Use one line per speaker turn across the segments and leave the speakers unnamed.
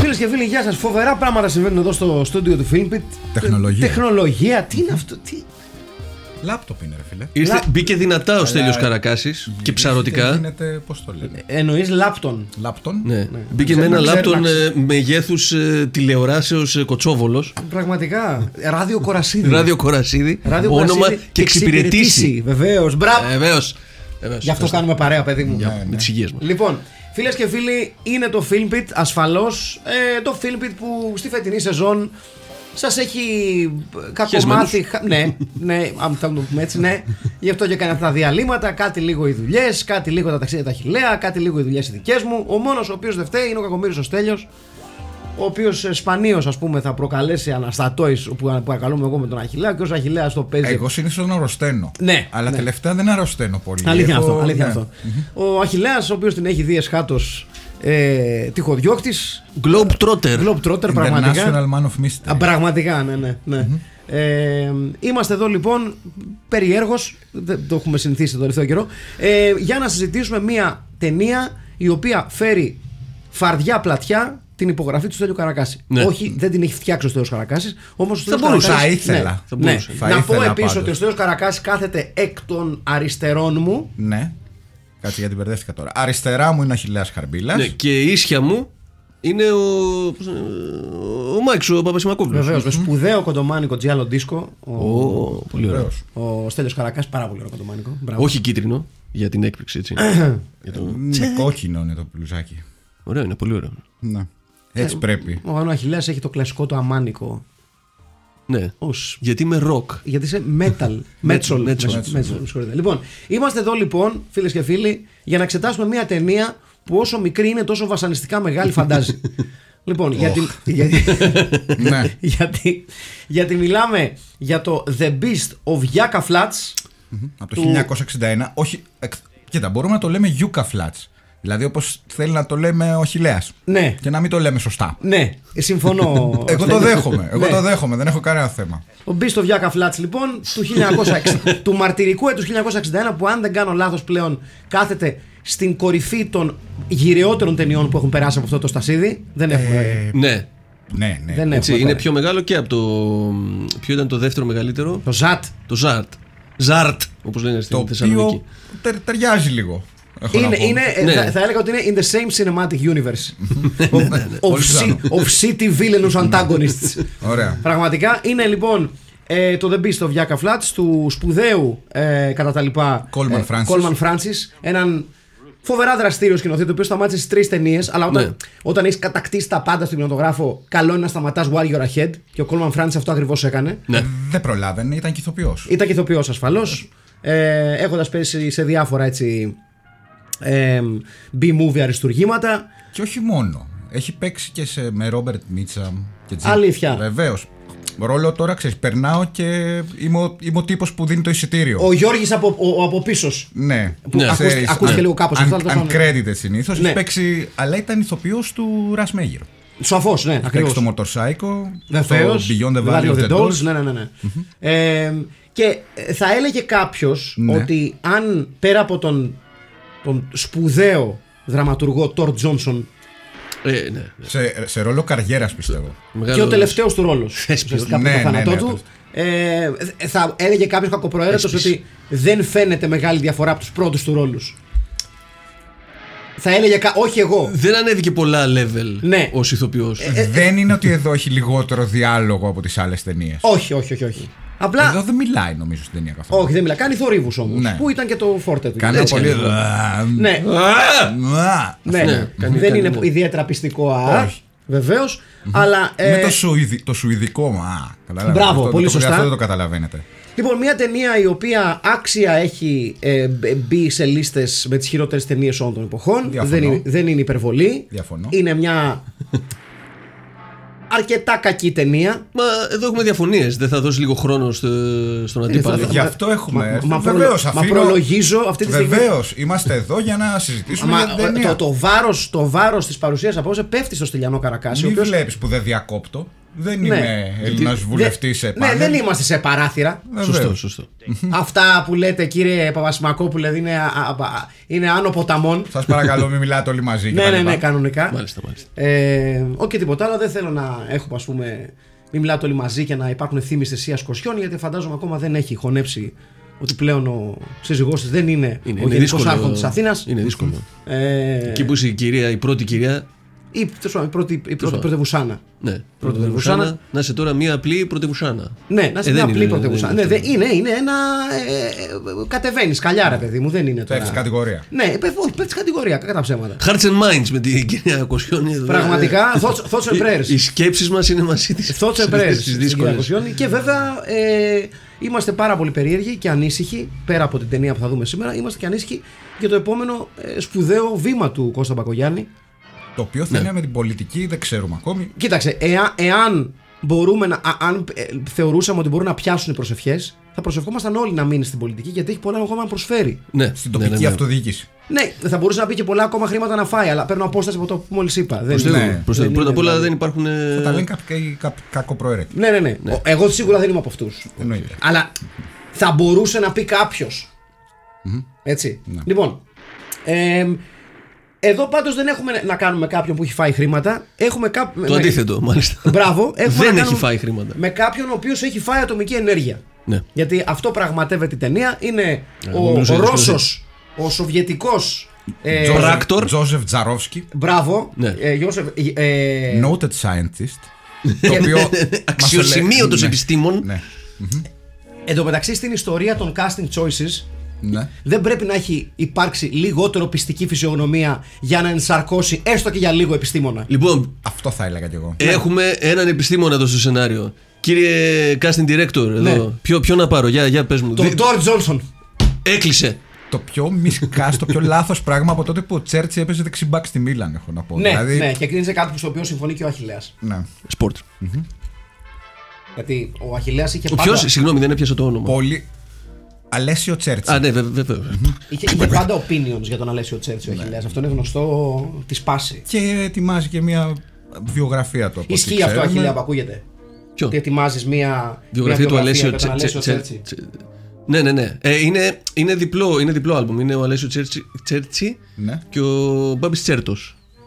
Φίλε και φίλοι, γεια σας. Φοβερά πράγματα συμβαίνουν εδώ στο στούντιο του Filmpit.
Τεχνολογία.
Τεχνολογία, τι είναι αυτό, τι.
Λάπτοπ είναι, ρε φίλε.
Ήρθε,
Λα-
Μπήκε δυνατά ο Στέλιος Καρακάσης και ψαρωτικά.
Γίνεται, πώς το λένε.
Εννοείς λάπτον.
Λάπτον.
Ναι. Μπήκε
Ξέρουμε,
με ένα
ξέρουμε.
λάπτον ε, μεγέθους ε, τηλεοράσεως ε, Κοτσόβολος.
Πραγματικά. Ράδιο Κορασίδη.
Ράδιο Κορασίδη.
Ναι. Ράδιο
Όνομα
Κορασίδη
και εξυπηρετήσει. Ε,
Βεβαίως. Μπράβο.
Βεβαίως. Βεβαίως.
Γι' αυτό
Ευχαριστώ.
κάνουμε παρέα, παιδί μου.
Ναι,
Με
ναι.
τις υγείες μας.
Λοιπόν, φίλες και φίλοι, είναι το Filmpit ασφαλώς. Ε, το Filmpit που στη φετινή σεζόν σας έχει κακομάθει. χα- Ναι, ναι, αν θα το πούμε έτσι, ναι. Γι' αυτό και έκανε αυτά τα διαλύματα. Κάτι λίγο οι δουλειές, κάτι λίγο τα ταξίδια τα χιλέα, κάτι λίγο οι δουλειές οι δικές μου. Ο μόνος ο οποίος δεν φταίει είναι ο Κακομοίρη ο Στέλιος ο οποίος σπανίως ας πούμε θα προκαλέσει αναστατώσει που παρακαλούμε εγώ με τον Αχηλέα και ως Αχηλέα το παίζει.
Εγώ συνήθως αρρωσταίνω.
Ναι,
Αλλά
ναι.
τελευταία δεν αρρωσταίνω πολύ.
Αλήθεια
Έχω-
αυτό. Αλήθεια
ναι.
αυτό. Ο Αχηλέα, ο οποίος την έχει δει εσχάτως ε, τυχοδιώκτης,
Globetrotter.
Globetrotter
International
πραγματικά.
Man of
Α,
Mystery.
Πραγματικά, ναι, ναι. ναι. Ε, είμαστε εδώ λοιπόν περιέργως, δεν το έχουμε συνηθίσει τον τελευταίο καιρό, ε, για να συζητήσουμε μία ταινία η οποία φέρει φαρδιά πλατιά την υπογραφή του Στέλιου Καρακάση.
Ναι.
Όχι, δεν την έχει φτιάξει ο Στέλιος Καρακάσης, όμως ο Στέλιος
μπορούσα,
Καρακάσης-
θα ήθελα.
Ναι,
Θα
ναι.
μπορούσα. Θα
Να πω
ήθελα
επίσης ότι ο
πάντως.
Στέλιος Καρακάσης κάθεται εκ των αριστερών μου.
Ναι. Κάτσε γιατί μπερδεύτηκα τώρα. Αριστερά μου είναι ο Αχιλέα Χαρμπίλας.
Ναι, Και η ίσια μου είναι ο, πώς είναι, ο Μάικς ο Παπασημακόπουλος.
Βεβαίως, με σπουδαίο κοντομάνικο τζιάλο δίσκο. Ο,
Ω, πολύ ωραίος.
ο Στέλιος Καρακάς, πάρα πολύ ωραίο κοντομάνικο. Μπράβο.
Όχι κίτρινο, για την έκπληξη έτσι. Για το-
Με Ναι, κόκκινο είναι το πλουζάκι.
Ωραίο είναι, πολύ ωραίο.
Ναι.
Ε,
Έτσι πρέπει.
Ο Γανό Αχιλέας έχει το κλασικό το αμάνικο.
Ναι.
Ως.
Γιατί είμαι ροκ.
Γιατί είσαι metal. Μέτσολ.
Μέτσολ.
Μέτσολ, με συγχωρείτε. Λοιπόν, είμαστε εδώ λοιπόν, φίλες και φίλοι, για να εξετάσουμε μια ταινία που όσο μικρή είναι τόσο βασανιστικά μεγάλη φαντάζει. λοιπόν, γιατί, γιατί, ε,
ναι.
γιατί, γιατί μιλάμε για το The Beast of Yaka Flats.
Από το 1961. Όχι. εκ- Κοίτα, μπορούμε να το λέμε Yuka Flats. Δηλαδή όπως θέλει να το λέμε ο Χιλέας.
Ναι.
Και να μην το λέμε σωστά.
Ναι, συμφωνώ.
Εγώ το
Στέλιο.
δέχομαι. Εγώ
Ναι.
το δέχομαι. Δεν έχω κανένα θέμα.
Ο Μπίστο Βιάκα Φλάτ λοιπόν του, 1960, του μαρτυρικού έτους 1961 που αν δεν κάνω λάθος πλέον κάθεται στην κορυφή των γυραιότερων ταινιών που έχουν περάσει από αυτό το στασίδι. Δεν έχουμε.
Ναι.
Ναι, ναι.
δεν
Έτσι,
έχουμε
είναι
πέρα.
πιο μεγάλο και από το. μ, Ποιο ήταν το δεύτερο μεγαλύτερο,
Το Ζατ
το Ζαρτ. Ζαρτ, όπως λένε
Το
στην Θεσσαλονίκη.
οποίο ται- ταιριάζει λίγο. έχω να
είναι,
πω.
είναι, ε,
Ναι.
θα, θα έλεγα ότι είναι in the same cinematic universe. of, of,
Ναι, Πολύ
ci-
πιθανό.
of city villainous antagonists.
Ωραία.
Πραγματικά είναι λοιπόν ε, το The Beast of Yaka Flats του σπουδαίου ε, κατά τα λοιπά
Coleman
ε,
Francis.
Coleman Francis, έναν φοβερά δραστήριο σκηνοθέτη, ο οποίος σταμάτησε στις τρεις ταινίες. Αλλά όταν,
Ναι.
όταν έχεις κατακτήσει τα πάντα στον κινηματογράφο, καλό είναι να σταματάς while you're ahead. Και ο Coleman Francis αυτό ακριβώς έκανε.
Ναι.
Δεν προλάβαινε, ήταν και ηθοποιός.
Ήταν και ηθοποιός ασφαλώς. Ε, Έχοντας πέσει σε διάφορα έτσι. Ε, B-movie αριστουργήματα.
Και όχι μόνο. Έχει παίξει και σε, με Ρόμπερτ Μίτσα και Τζι.
Αλήθεια.
Βεβαίως. Ρόλο τώρα ξέρεις, περνάω και είμαι, ο- είμαι ο τύπος που δίνει το εισιτήριο.
Ο Γιώργης από, ο- ο από πίσω.
Ναι,
Ναι.
ξέρεις,
Ακούστηκε- ακούστηκε
ναι.
λίγο κάπως αυτό, αλλά
Αν,
τέλος
αν
πάντων.
credited συνήθως.
Ναι.
Έχει παίξει, αλλά ήταν ηθοποιός του Ρας Μέγερ.
Σαφώς, ναι, ακριβώ.
Παίξει το Motorcycle,
Βεβαίως.
το Beyond the Valley of the Mm-hmm. Dolls.
Ναι, ναι, ναι. ναι. Ε, και ε, θα έλεγε κάποιος
Ναι.
ότι αν πέρα από τον, τον σπουδαίο δραματουργό Τόρ Τζόνσον
Ε, ναι. ναι.
Σε, σε ρόλο καριέρας πιστεύω.
Μεγάλο-
και ο τελευταίος του ρόλος. Ουσιαστικά από
Ναι,
το
ναι,
θάνατό
ναι,
του.
αυτός.
Ε, θα έλεγε κάποιος κακοπροαίρετος
Έσπισε.
ότι δεν φαίνεται μεγάλη διαφορά από τους πρώτους του ρόλους. Θα έλεγε. κα- Όχι εγώ.
Δεν ανέβηκε πολλά level
Ναι.
ως ηθοποιός.
Δεν είναι ότι εδώ έχει λιγότερο διάλογο από τις άλλες ταινίες.
Όχι, όχι, όχι. όχι. Απλά.
Εδώ δεν μιλάει νομίζω στην ταινία καθόλου.
Όχι, δεν μιλά. Κάνει θορύβους όμως.
Ναι.
Που ήταν και το φόρτε του.
Κάνω
Έτσι
πολύ.
είναι.
Α,
Ναι.
Α!
α,
Ναι,
Ναι,
ναι.
κάνει-
δεν
κάνει,
είναι
ναι.
ιδιαίτερα πιστικό α.
Όχι.
Βεβαίως. Αλλά. ε,
Με το, σουηδι, το σουηδικό μου. Α, καταλάβατε.
Μπράβο,
Αυτό-
πολύ
το-
σωστά.
Αυτό δεν το καταλαβαίνετε.
Λοιπόν, μια ταινία η οποία άξια έχει ε, μπ- μπει σε λίστες με τις χειρότερες ταινίες όλων των εποχών.
Διαφωνώ.
Δεν είναι, δεν είναι υπερβολή.
Διαφωνώ.
Είναι μια. αρκετά κακή ταινία.
Μα εδώ έχουμε διαφωνίες. Δεν θα δώσει λίγο χρόνο στο-
Ε,
στον αντίπαλο.
Γι' αυτό έχουμε.
Μα, μα,
Βεβαίως,
προλο- μα
αφήνω-
προλογίζω αυτή τη στιγμή.
Βεβαίως, είμαστε εδώ για να συζητήσουμε
Μα, ε,
για την ταινία.
το, το βάρος, το βάρος της παρουσίας απόψε πέφτει στο Στυλιανό Καρακάση. ο
Μην
οποίος-
βλέπεις που δεν διακόπτω. Δεν είμαι Έλληνα
Γιατί-
βουλευτή σε
Ναι,
πάνελ.
δεν είμαστε σε παράθυρα.
Βεβαίως.
Σωστό, σωστό.
Αυτά που λέτε κύριε Παπασημακόπουλε είναι, α- α- α- είναι άνω ποταμών.
Σας παρακαλώ, μην μιλάτε όλοι μαζί.
Ναι,
κτλ.
ναι, ναι, κανονικά.
Μάλιστα, μάλιστα.
Ε, όχι και τίποτα άλλο, δεν θέλω να έχουμε ας πούμε. Μην μιλάτε όλοι μαζί και να υπάρχουν θύμοι θυσίας κοσιών, γιατί φαντάζομαι ακόμα δεν έχει χωνέψει ότι πλέον ο σύζυγός της δεν είναι,
Είναι,
ο
είναι
γενικός
δύσκολο.
άρχον της Αθήνας.
Είναι δύσκολο.
Ε,
Εκεί που είσαι η κυρία, η πρώτη κυρία.
ή τέλος πάντων, η πρώτη, η πρώτη πρωτευουσάνα.
Ναι,
πρωτευουσάνα.
πρωτευουσάνα. Να είσαι τώρα μία απλή πρωτευουσάνα.
Ναι, να
Ε,
είσαι
δεν
μια απλή
είναι-
πρωτεύουσα.
δεν
Ναι,
είναι
δεν- είναι, είναι ένα. Ε, ε, κατεβαίνεις, καλιά, ρε παιδί μου, δεν είναι
Το
τώρα.
έχεις κατηγορία.
Ναι, πέφτει- όχι, πέφτει κατηγορία, κατά ψέματα.
Hearts and minds με την κυρία Κοσιόνη. εδώ.
Πραγματικά,
ε,
thoughts thoughts and
Οι- Οι
prayers.
σκέψεις μας είναι μαζί της.
Thoughts and prayers
Στι
Ε, στην κυρία
δύσκολες.
Κοσιόνη. Και βέβαια ε, είμαστε πάρα πολύ περίεργοι και ανήσυχοι, πέρα από την ταινία που θα δούμε σήμερα, είμαστε και ανήσυχοι για το επόμενο ε, σπουδαίο βήμα του Κώστα Μπακογιάννη.
Το οποίο
Ναι.
θα είναι με την πολιτική, δεν ξέρουμε ακόμη.
Κοίταξε, εα- εάν μπορούμε να, α- αν ε, θεωρούσαμε ότι μπορούν να πιάσουν οι προσευχές, θα προσευχόμασταν όλοι να μείνει στην πολιτική γιατί έχει πολλά ακόμα να προσφέρει.
Ναι,
Στην
ναι,
τοπική
ναι, ναι.
αυτοδιοίκηση.
Ναι, θα μπορούσε να πει και πολλά ακόμα χρήματα να φάει, αλλά παίρνω απόσταση από το που μόλις είπα. Δεν
Προσθέτω,
Ναι.
προσθέτω.
δεν
Πρώτα απ'
είναι
όλα
δηλαδή.
δεν υπάρχουν. ε,
Τα λένε κάποιοι κά- κακοπροαίρετοι.
Ναι, ναι, ναι. Ο- Εγώ σίγουρα δεν είμαι από αυτούς.
Εννοείται.
Αλλά θα μπορούσε να πει κάποιος. Έτσι.
Ναι.
Λοιπόν. Ε, εδώ πάντως δεν έχουμε να κάνουμε κάποιον που έχει φάει χρήματα. Έχουμε κά...
Το αντίθετο, μάλιστα.
Ναι. Μπράβο. έχουμε να
Δεν έχει
κάνουμε
φάει χρήματα.
Με κάποιον ο οποίος έχει φάει ατομική ενέργεια.
Ναι.
Γιατί αυτό πραγματεύεται η ταινία. Είναι ο, ο
Ε, νομίζω ότι
Ρώσο, ο Σοβιετικός ε,
Τζόζεφ-
Πράκτορ.
Τζόζεφ Τζαρόφσκι,
Μπράβο.
Ναι.
Ε, Γιώσεφ, ε,
noted scientist. το οποίο. μας ελέ-
ναι, Αξιοσημείωτος
Ναι.
επιστήμων.
Ναι.
Εν τω μεταξύ στην ιστορία των casting choices
Ναι.
δεν πρέπει να έχει υπάρξει λιγότερο πιστική φυσιογνωμία για να ενσαρκώσει έστω και για λίγο επιστήμονα.
Λοιπόν,
Ναι.
Αυτό θα έλεγα κι εγώ.
Έχουμε έναν επιστήμονα εδώ στο σενάριο. Κύριε casting director, εδώ.
Ναι.
Ποιο, ποιο να πάρω, για, για πες μου.
Το
Δι-
Ντόρ Τζόνσον.
Έκλεισε.
Το πιο μισκά, το πιο λάθος πράγμα από τότε που ο Τσέρτσι έπαιζε δεξιμπάκ στη Μίλαν, έχω να πω.
Ναι,
δηλαδή,
ναι, και κρίνησε κάτι στο οποίο συμφωνεί και ο Αχηλέα.
ναι.
Σπορτ.
Γιατί ο Αχηλέα είχε
Ο
πάντα,
ποιο, συγγνώμη, δεν έπιασα το όνομα.
Πολύ. Αλέσιο Τσέρτσι.
Α, ναι, βε- βεβαίω.
είχε, είχε πάντα opinions για τον Αλέσιο Τσέρτσι ο
Ναι.
Αχηλέα. Αυτό είναι γνωστό τη πάση.
Και ετοιμάζει και μια βιογραφία του από ό,τι
Ισχύει αυτό,
ξέρουμε.
Αχηλέα, που ακούγεται.
Ποιο.
Ότι ετοιμάζεις μία.
Βιογραφία
μία
του Αλέσιο
για τον Αλέσιο Τσέρτσι.
Ναι, ναι, ναι. Ε, είναι, είναι διπλό, είναι διπλό άλμπουμ. Είναι ο Αλέσιο Τσέρτσι, Τσέρτσι
Ναι.
και ο Μπάμπης Τσέρτος.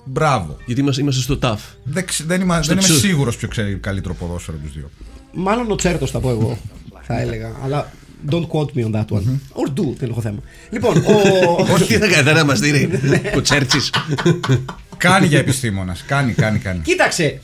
Μπράβο.
Γιατί είμαστε, είμαστε στο ΤΑΦ.
Δεν, ξε- δεν, είμαι, δεν είμαι
ξύ-
σίγουρος ποιο ξέρει καλύτερο ποδόσφαιρο τους δύο.
Μάλλον ο Τσέρτος θα πω εγώ. θα έλεγα. Αλλά don't quote me on that one.
Mm-hmm.
Or do, δεν έχω θέμα. Λοιπόν, ο.
Τι θα κάνει, δεν μας δίνει. Ο Τσέρτσι.
κάνει για επιστήμονας. Κάνει, κάνει, κάνει.
Κοίταξε,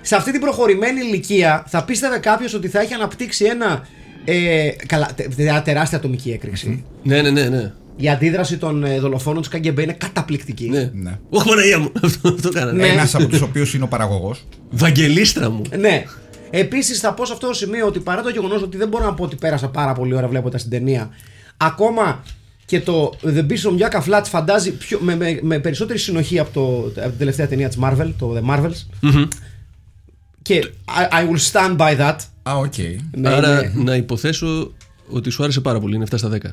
σε αυτή την προχωρημένη ηλικία θα πίστευε κάποιος ότι θα έχει αναπτύξει ένα. Ε, καλά, τε- μια τεράστια ατομική έκρηξη.
ναι, ναι, ναι. ναι.
Η αντίδραση των ε, δολοφόνων του Καγκεμπέ είναι καταπληκτική.
ναι.
Ναι.
Ωχ, Παναγία μου. Αυτό, αυτό κάνανε.
Ναι.
Ένα από τους οποίους είναι ο παραγωγός.
Βαγγελίστρα μου.
Ναι. Επίσης, θα πω σε αυτό το σημείο ότι παρά το γεγονός ότι δεν μπορώ να πω ότι πέρασα πάρα πολύ ώρα βλέποντας την ταινία, ακόμα και το The Beast of Yaka Flats φαντάζει πιο, με, με, με περισσότερη συνοχή από, το, από την τελευταία ταινία της Marvel, το The Marvels. Και I, I will stand by that.
Α, οκ.
Ναι,
Άρα
ναι.
να υποθέσω ότι σου άρεσε πάρα πολύ. Είναι 7 στα 10.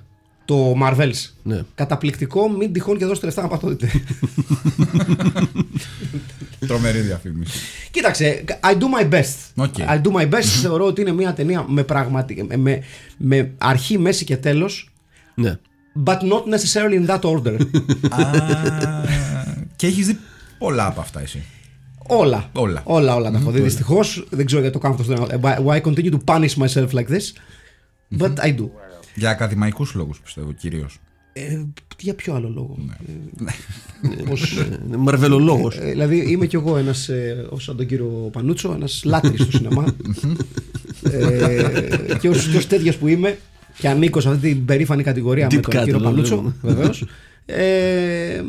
Το Marvels.
Ναι.
Καταπληκτικό, μην τυχόν και δώσετε λεφτά να πατώτε.
Τρομερή διαφήμιση.
Κοίταξε, I do my best.
Οκ.
I do my best θεωρώ ότι είναι μια ταινία με, πραγματι... με, με αρχή, μέση και τέλος
Ναι.
But not necessarily in that order.
Α, και έχεις δει πολλά από αυτά εσύ.
όλα.
Όλα.
Όλα, όλα τα έχω δει. Δυστυχώς δεν ξέρω γιατί το κάνω αυτό. στο- Why I continue to punish myself like this. But I do.
Για ακαδημαϊκούς λόγους πιστεύω κυρίως.
Ε, για ποιο άλλο λόγο.
Ναι.
Ε, Πώς,
Μαρβελολόγος.
ε, δηλαδή είμαι κι εγώ ένας, ε, ως σαν τον κύριο Πανούτσο, ένας λάτρης του σινεμά. ε, και ως τέτοιος που είμαι, και ανήκω σε αυτή την περήφανη κατηγορία με
Deep
τον
cut, δηλαδή, ναι.
κύριο
λέμε.
Παλούτσο, βεβαίως. Ε,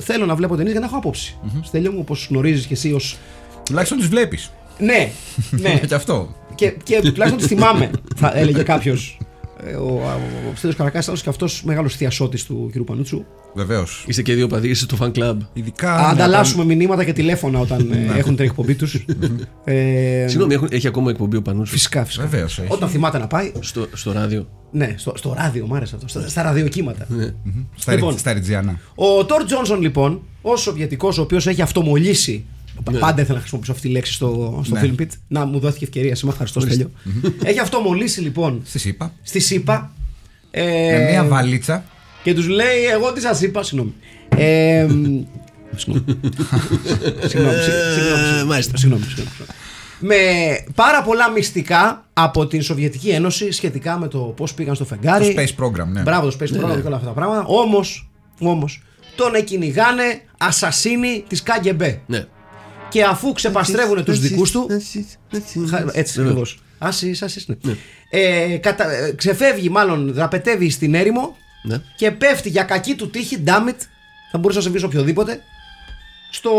θέλω να βλέπω ταινίες για να έχω άποψη. Στέλιο μου, όπως γνωρίζεις και εσύ, ως...
Τουλάχιστον τις βλέπεις.
Ναι, ναι.
Και αυτό.
και, και τουλάχιστον τις θυμάμαι, θα έλεγε κάποιος. Ο, ο, ο Στέλιος Καρακάς ήταν και αυτός μεγάλος θειασότης του κ. Πανούτσου.
Βεβαίως.
Είστε και δύο παδί, είστε στο fan club.
Ειδικά.
Α,
ναι,
ανταλλάσσουμε μηνύματα και τηλέφωνα όταν ε, έχουν την εκπομπή Ε, του. ναι.
Συγγνώμη, έχουν- έχει ακόμα εκπομπή ο Πανούτσος
Φυσικά,
όταν-
φυσικά.
Βεβαίως, έχει.
Όταν θυμάται να πάει.
στο, στο ράδιο.
Ναι, στο, στο ράδιο, μου άρεσε αυτό. Στα, στα ραδιοκύματα.
Ναι. Στα,
Λοιπόν.
ρι- στα Ριτζιανά.
Ο Τόρ Τζόνσον, λοιπόν, ο Σοβιετικός, ο οποίος έχει αυτομολύσει. Πάντα ήθελα να χρησιμοποιήσω αυτή τη λέξη στο, στο
Ναι.
Film Pit. Να μου δόθηκε ευκαιρία σήμερα, ευχαριστώ Στέλιο. έχει αυτομολύσει, λοιπόν,
Στη ΣΥΠΑ.
στη ΣΥΠΑ. Ε,
Με μία βαλίτσα.
Και τους λέει, Εγώ τι σας είπα, συγγνώμη. Ε, μ, συγγνώμη. Συγγνώμη, συγγνώμη,
Ε,
συγγνώμη.
Μάλιστα.
Συγγνώμη, συγγνώμη. Με πάρα πολλά μυστικά από την Σοβιετική Ένωση σχετικά με το πώς πήγαν στο φεγγάρι.
Το Space Program, ναι.
Μπράβο, το Space Program και όλα αυτά τα πράγματα. Όμως, όμως, τον κυνηγάνε ασασίνοι της ΚΑΓΕΜΠΕ.
Ναι.
Και αφού ξεπαστρεύουν τους δικούς του. Χα-
Ναι.
Έτσι
Βεβαίως.
ακριβώ. Άσυ, άσυ, ναι. Ε, κατα- ε, Ξεφεύγει, μάλλον δραπετεύει στην έρημο
Ναι.
και πέφτει για κακή του τύχη. Damn it, θα μπορούσε να συμβεί σε οποιοδήποτε. Στο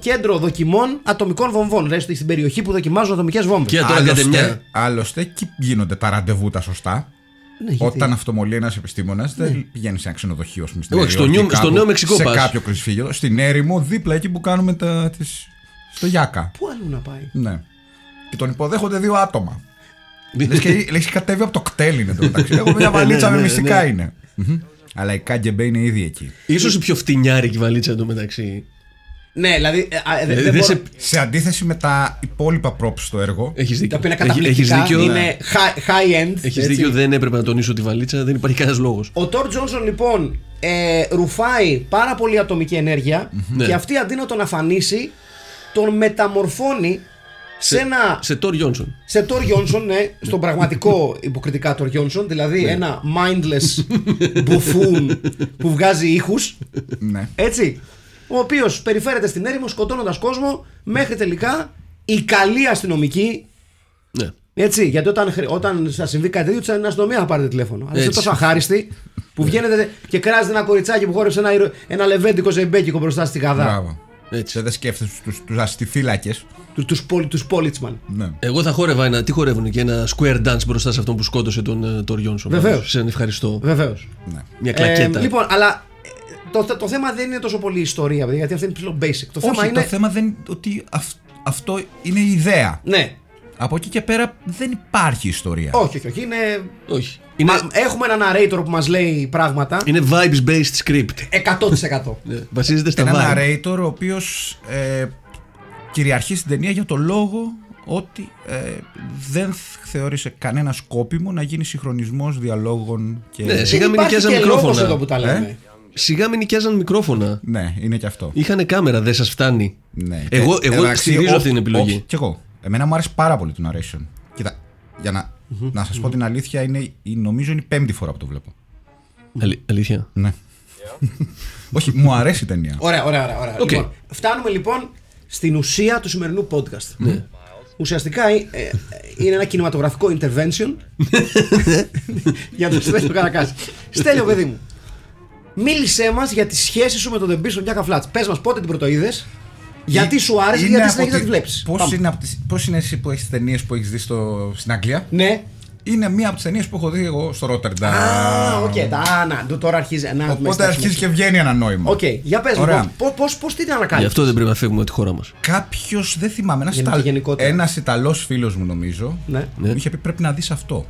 κέντρο δοκιμών ατομικών βομβών. Δηλαδή στη- στην περιοχή που δοκιμάζουν ατομικές βόμβες.
Και τώρα κάντε μια.
Άλλωστε, άλλωστε, εκεί γίνονται τα ραντεβού τα σωστά.
Ναι, γιατί- Ναι.
Όταν αυτομολύει ένας επιστήμονας, δεν πηγαίνει σε ένα ξενοδοχείο, ας πούμε. στην
Εγώ,
Νέα
στο
Υόρκη
Νιου-
κάπου,
στο Νέο Μεξικό
Σε
πας.
κάποιο κρυσφύγιο, στην έρημο, δίπλα εκεί που κάνουμε τα. Τις, στο Γιάκα.
Πού αλλού να πάει.
Ναι. Και τον υποδέχονται δύο άτομα.
Ναι.
Λες και λες και κατέβει από το κτέλ είναι το μεταξύ. Έχω μια βαλίτσα με μυστικά
ναι.
είναι. Μμμ. Αλλά η Κάγκεμπέ είναι ήδη εκεί.
Ίσως η πιο φτηνιάρικη βαλίτσα εντωμεταξύ.
Ναι, δηλαδή. ε, α, ε, δεν-
Δηλαδή,
δεν
δεν
μπορώ-
σε-
Σε αντίθεση με τα υπόλοιπα props στο έργο,
Έχεις
Τα
δίκιο.
οποία είναι
Έχ- έχεις
καταπληκτικά.
δίκιο. ναι.
Είναι high- high-end.
Έχεις
έτσι.
δίκιο, δεν έπρεπε να τονίσω τη βαλίτσα, δεν υπάρχει κανένας λόγος.
Ο Τόρ Τζόνσον λοιπόν ε, ρουφάει πάρα πολύ ατομική ενέργεια
Ναι.
και αυτή αντί να τον αφανίσει τον μεταμορφώνει σε, ένα.
Σε Τόρ Γιόνσον.
σε Τόρ Γιόνσον, ναι, στον πραγματικό υποκριτικά Τόρ Γιόνσον, δηλαδή ένα mindless buffoon που βγάζει ήχους
ναι.
έτσι. Ο οποίος περιφέρεται στην έρημο σκοτώνοντας κόσμο μέχρι τελικά η καλή αστυνομική.
Ναι.
Έτσι, γιατί όταν, χρ- όταν σα συμβεί κάτι τέτοιο, την αστυνομία να πάρετε τηλέφωνο. Αλλά είστε
Έτσι.
τόσο αχάριστοι που βγαίνετε και κράζετε ένα κοριτσάκι που χόρεψε ένα, ηρω- ένα λεβέντικο ζεμπέκικο μπροστά στη Γαδά.
Μπράβο.
Έτσι.
Δεν δε σκέφτεσαι τους, τους αστιφύλακες.
Τους Πόλιτσμαν.
Ναι.
Εγώ θα χόρευα ένα. Τι χορεύουν και ένα square dance μπροστά σε αυτόν που σκότωσε τον ε, Τόρ Γιόνσον.
Βεβαίως.
Σε ευχαριστώ.
Βεβαίως.
ναι.
Μια κλακέτα.
λοιπόν, αλλά ε, το, το, το θέμα δεν είναι τόσο πολύ η ιστορία, παιδιά, γιατί αυτό είναι ψηλό basic. Το θέμα
Όχι,
είναι.
το θέμα δεν είναι ότι αυ- αυτό είναι η ιδέα.
Ναι.
Από εκεί και πέρα δεν υπάρχει ιστορία.
Όχι, όχι, όχι. Είναι...
Όχι. Είναι,
Μα- έχουμε ένα narrator που μας λέει πράγματα.
είναι vibes based script.
100%.
Ναι. Βασίζεται στα
Ένα
vibe.
narrator ο οποίος ε, κυριαρχεί στην ταινία για το λόγο ότι ε, δεν θ- θεώρησε κανένα σκόπιμο να γίνει συγχρονισμός διαλόγων και.
Ναι,
Δεν
σιγά μην
υπάρχει
νοικιάζαν
και λόγος
μικρόφωνα.
εδώ που τα λέμε.
Ε?
Σιγά μην νοικιάζαν μικρόφωνα.
Ναι, είναι και αυτό.
Είχανε κάμερα, δεν σας φτάνει.
Ναι.
Ε,
Εγώ,
Και,
εγώ
εντάξει,
στηρίζω
ό-
αυτή την επιλογή.
Όχι, κι εγώ. Εμένα μου άρεσε πάρα πολύ το narration. Κοίτα, για να, να σας πω την αλήθεια, είναι, η- νομίζω είναι η πέμπτη φορά που το βλέπω.
Αλη- αλήθεια.
Ναι. όχι, μου αρέσει η ταινία.
Ωραία, ωραία, ωραία. ωραία.
Οκ.
Λοιπόν, φτάνουμε λοιπόν στην ουσία του σημερινού podcast.
Ναι.
Ουσιαστικά ε, ε, είναι ένα κινηματογραφικό intervention για τον Στέλιο Καρακάση. Στέλιο, παιδί μου, μίλησέ μας για τη σχέση σου με τον Δεμπίστον Γιάκα Φλάτ. Πες μας πότε την πρωτοείδες, γιατί σου άρεσε και
Ε, Είναι
γιατί
από
συνέχιζε να
τη-
τη βλέπεις.
Πώς είναι, απ' τις- πώς είναι εσύ που έχεις ταινίες που έχεις δει στο, στην Αγγλία,
Ναι.
είναι μία από τις ταινίες που έχω δει εγώ στο Ρότερνταμ.
Α, οκ. τα- Α, να, το- τώρα αρχίζει να
Οπότε αρχίζει και βγαίνει ένα νόημα.
Οκ, για πες
Ωραία.
λοιπόν, πώ την
Γι'
ανακάλυψε.
αυτό δεν πρέπει να φεύγουμε από τη χώρα μας.
Κάποιος, δεν θυμάμαι, ένας
Γενική- γενικότερα.
Ιταλός φίλος μου νομίζω
Ναι.
Ναι.
μου είχε πει πρέπει να δεις αυτό.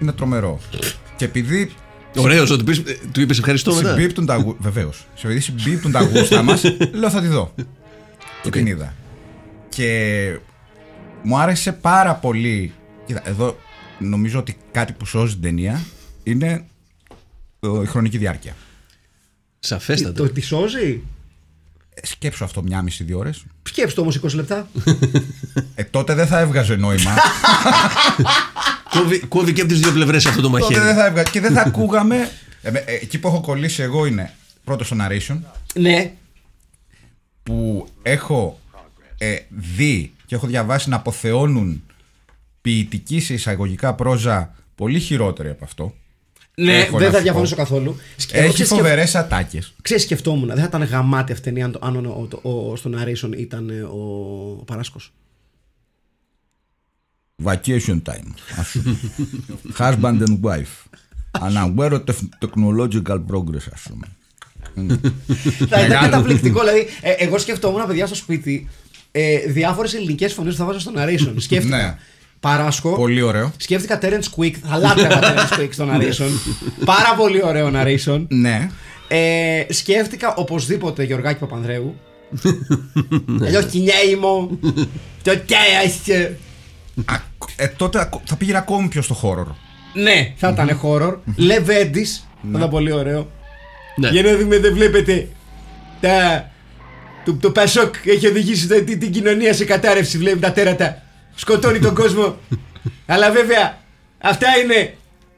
είναι τρομερό. και επειδή
Ωραίος, ότι πεις- ε, του είπες ευχαριστώ μετά.
συμπίπτουν τα γούστα. Βεβαίω. Επειδή συμπίπτουν τα γούστα μας, λέω θα τη δω. Και την είδα. Και μου άρεσε πάρα πολύ. Κοίτα, εδώ νομίζω ότι κάτι που σώζει την ταινία είναι ε, η χρονική διάρκεια.
Σαφέστατα.
Το τη σώζει.
Ε, Σκέψου αυτό μια μισή-δύο ώρε.
Σκέψτε όμω 20 λεπτά.
Ε, τότε δεν θα έβγαζε νόημα.
Κόβει, κόβει και από τις δύο πλευρές αυτό το
τότε
μαχαίρι.
δεν θα έβγαζε. Και δεν θα ακούγαμε. Ε, με- ε, εκεί που έχω κολλήσει εγώ είναι πρώτο στο narration.
ναι,
που έχω ε, δει και έχω διαβάσει να αποθεώνουν ποιητική σε εισαγωγικά πρόζα πολύ χειρότερη από αυτό.
Ναι,
Έχω να
δεν θα
σου
διαφωνήσω
πω.
καθόλου. Σκε- εγώ
Έχει
ξέρεις,
φοβερές ατάκες.
σκεφ- Ξέρεις, σκεφτόμουν, δεν θα ήταν γαμάτη αυτή η ταινία αν, το- αν ο, ο, ο- στο narration ήταν ε, ο, ο Παράσκος.
Vacation time. ας πούμε. Husband and wife. Unaware of technological progress, ας πούμε.
θα ήταν
Μεγάλο.
καταπληκτικό. Δηλαδή, ε, εγώ σκεφτόμουν, παιδιά, στο σπίτι ε, διάφορες ελληνικές φωνές που θα βάζω στο narration. Σκέφτηκα.
Ναι.
Παράσκο.
Πολύ ωραίο.
Σκέφτηκα Terence Quick. Θα λάτρευα Terence Quick στο narration. Πάρα πολύ ωραίο narration.
Ναι.
Ε, σκέφτηκα οπωσδήποτε Γεωργάκη Παπανδρέου.
Ναι.
Αλλιώς κινέιμο. Το τέασε.
Α, ε, τότε ακο- θα πήγαινε ακόμη πιο στο χώρο.
Ναι, θα ήταν horror. Λεβέντη. Θα ήταν πολύ ωραίο.
Ναι.
Για να δούμε, δεν βλέπετε. Τα... Το, το Πασόκ έχει οδηγήσει τα- την, την κοινωνία σε κατάρρευση. Βλέπει τα τέρατα. Σκοτώνει τον κόσμο. Αλλά βέβαια, αυτά είναι.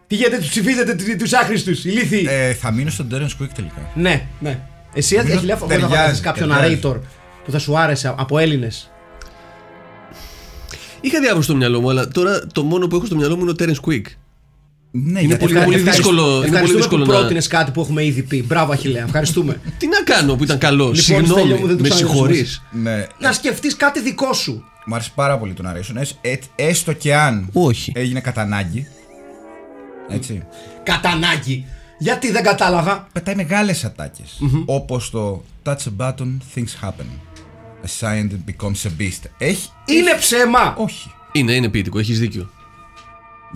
Τι γιατί τους ψηφίζετε τους άχρηστου. Ηλίθιοι.
Ε, θα μείνω στον Terence Quick τελικά.
Ναι, ναι. Εσύ
Νομίζω
έχει
ότι
να
ταιριάζει,
φανταστείς κάποιον
ταιριάζει.
narrator που θα σου άρεσε από Έλληνες.
Είχα διάβαση στο μυαλό μου, αλλά τώρα το μόνο που έχω στο μυαλό μου είναι ο Terence Quick.
Ναι,
Είναι
γιατί-
πολύ- δύσκολο- είναι πολύ
Ευχαριστούμε
δύσκολο
που
να-
πρότεινες κάτι που έχουμε ήδη πει. Μπράβο, Αχιλέα. Ευχαριστούμε.
Τι να κάνω που ήταν καλό.
Λοιπόν, Στέλιο μου, δεν
Συγγνώμη,
το
με
ξανακούσαμε.
συγχωρείς.
Ναι,
να σκεφτείς κάτι δικό σου.
Μου άρεσε πάρα πολύ το narration. έτσι, ε, έστω και αν
Όχι.
έγινε κατά ανάγκη. Έτσι.
Κατά ανάγκη. Γιατί δεν κατάλαβα.
Πετάει μεγάλες ατάκες. Όπως το touch a button, things happen. A scientist becomes a beast. Έχει.
Είναι ψέμα.
Όχι.
Είναι, είναι ποιητικό, έχεις δίκιο.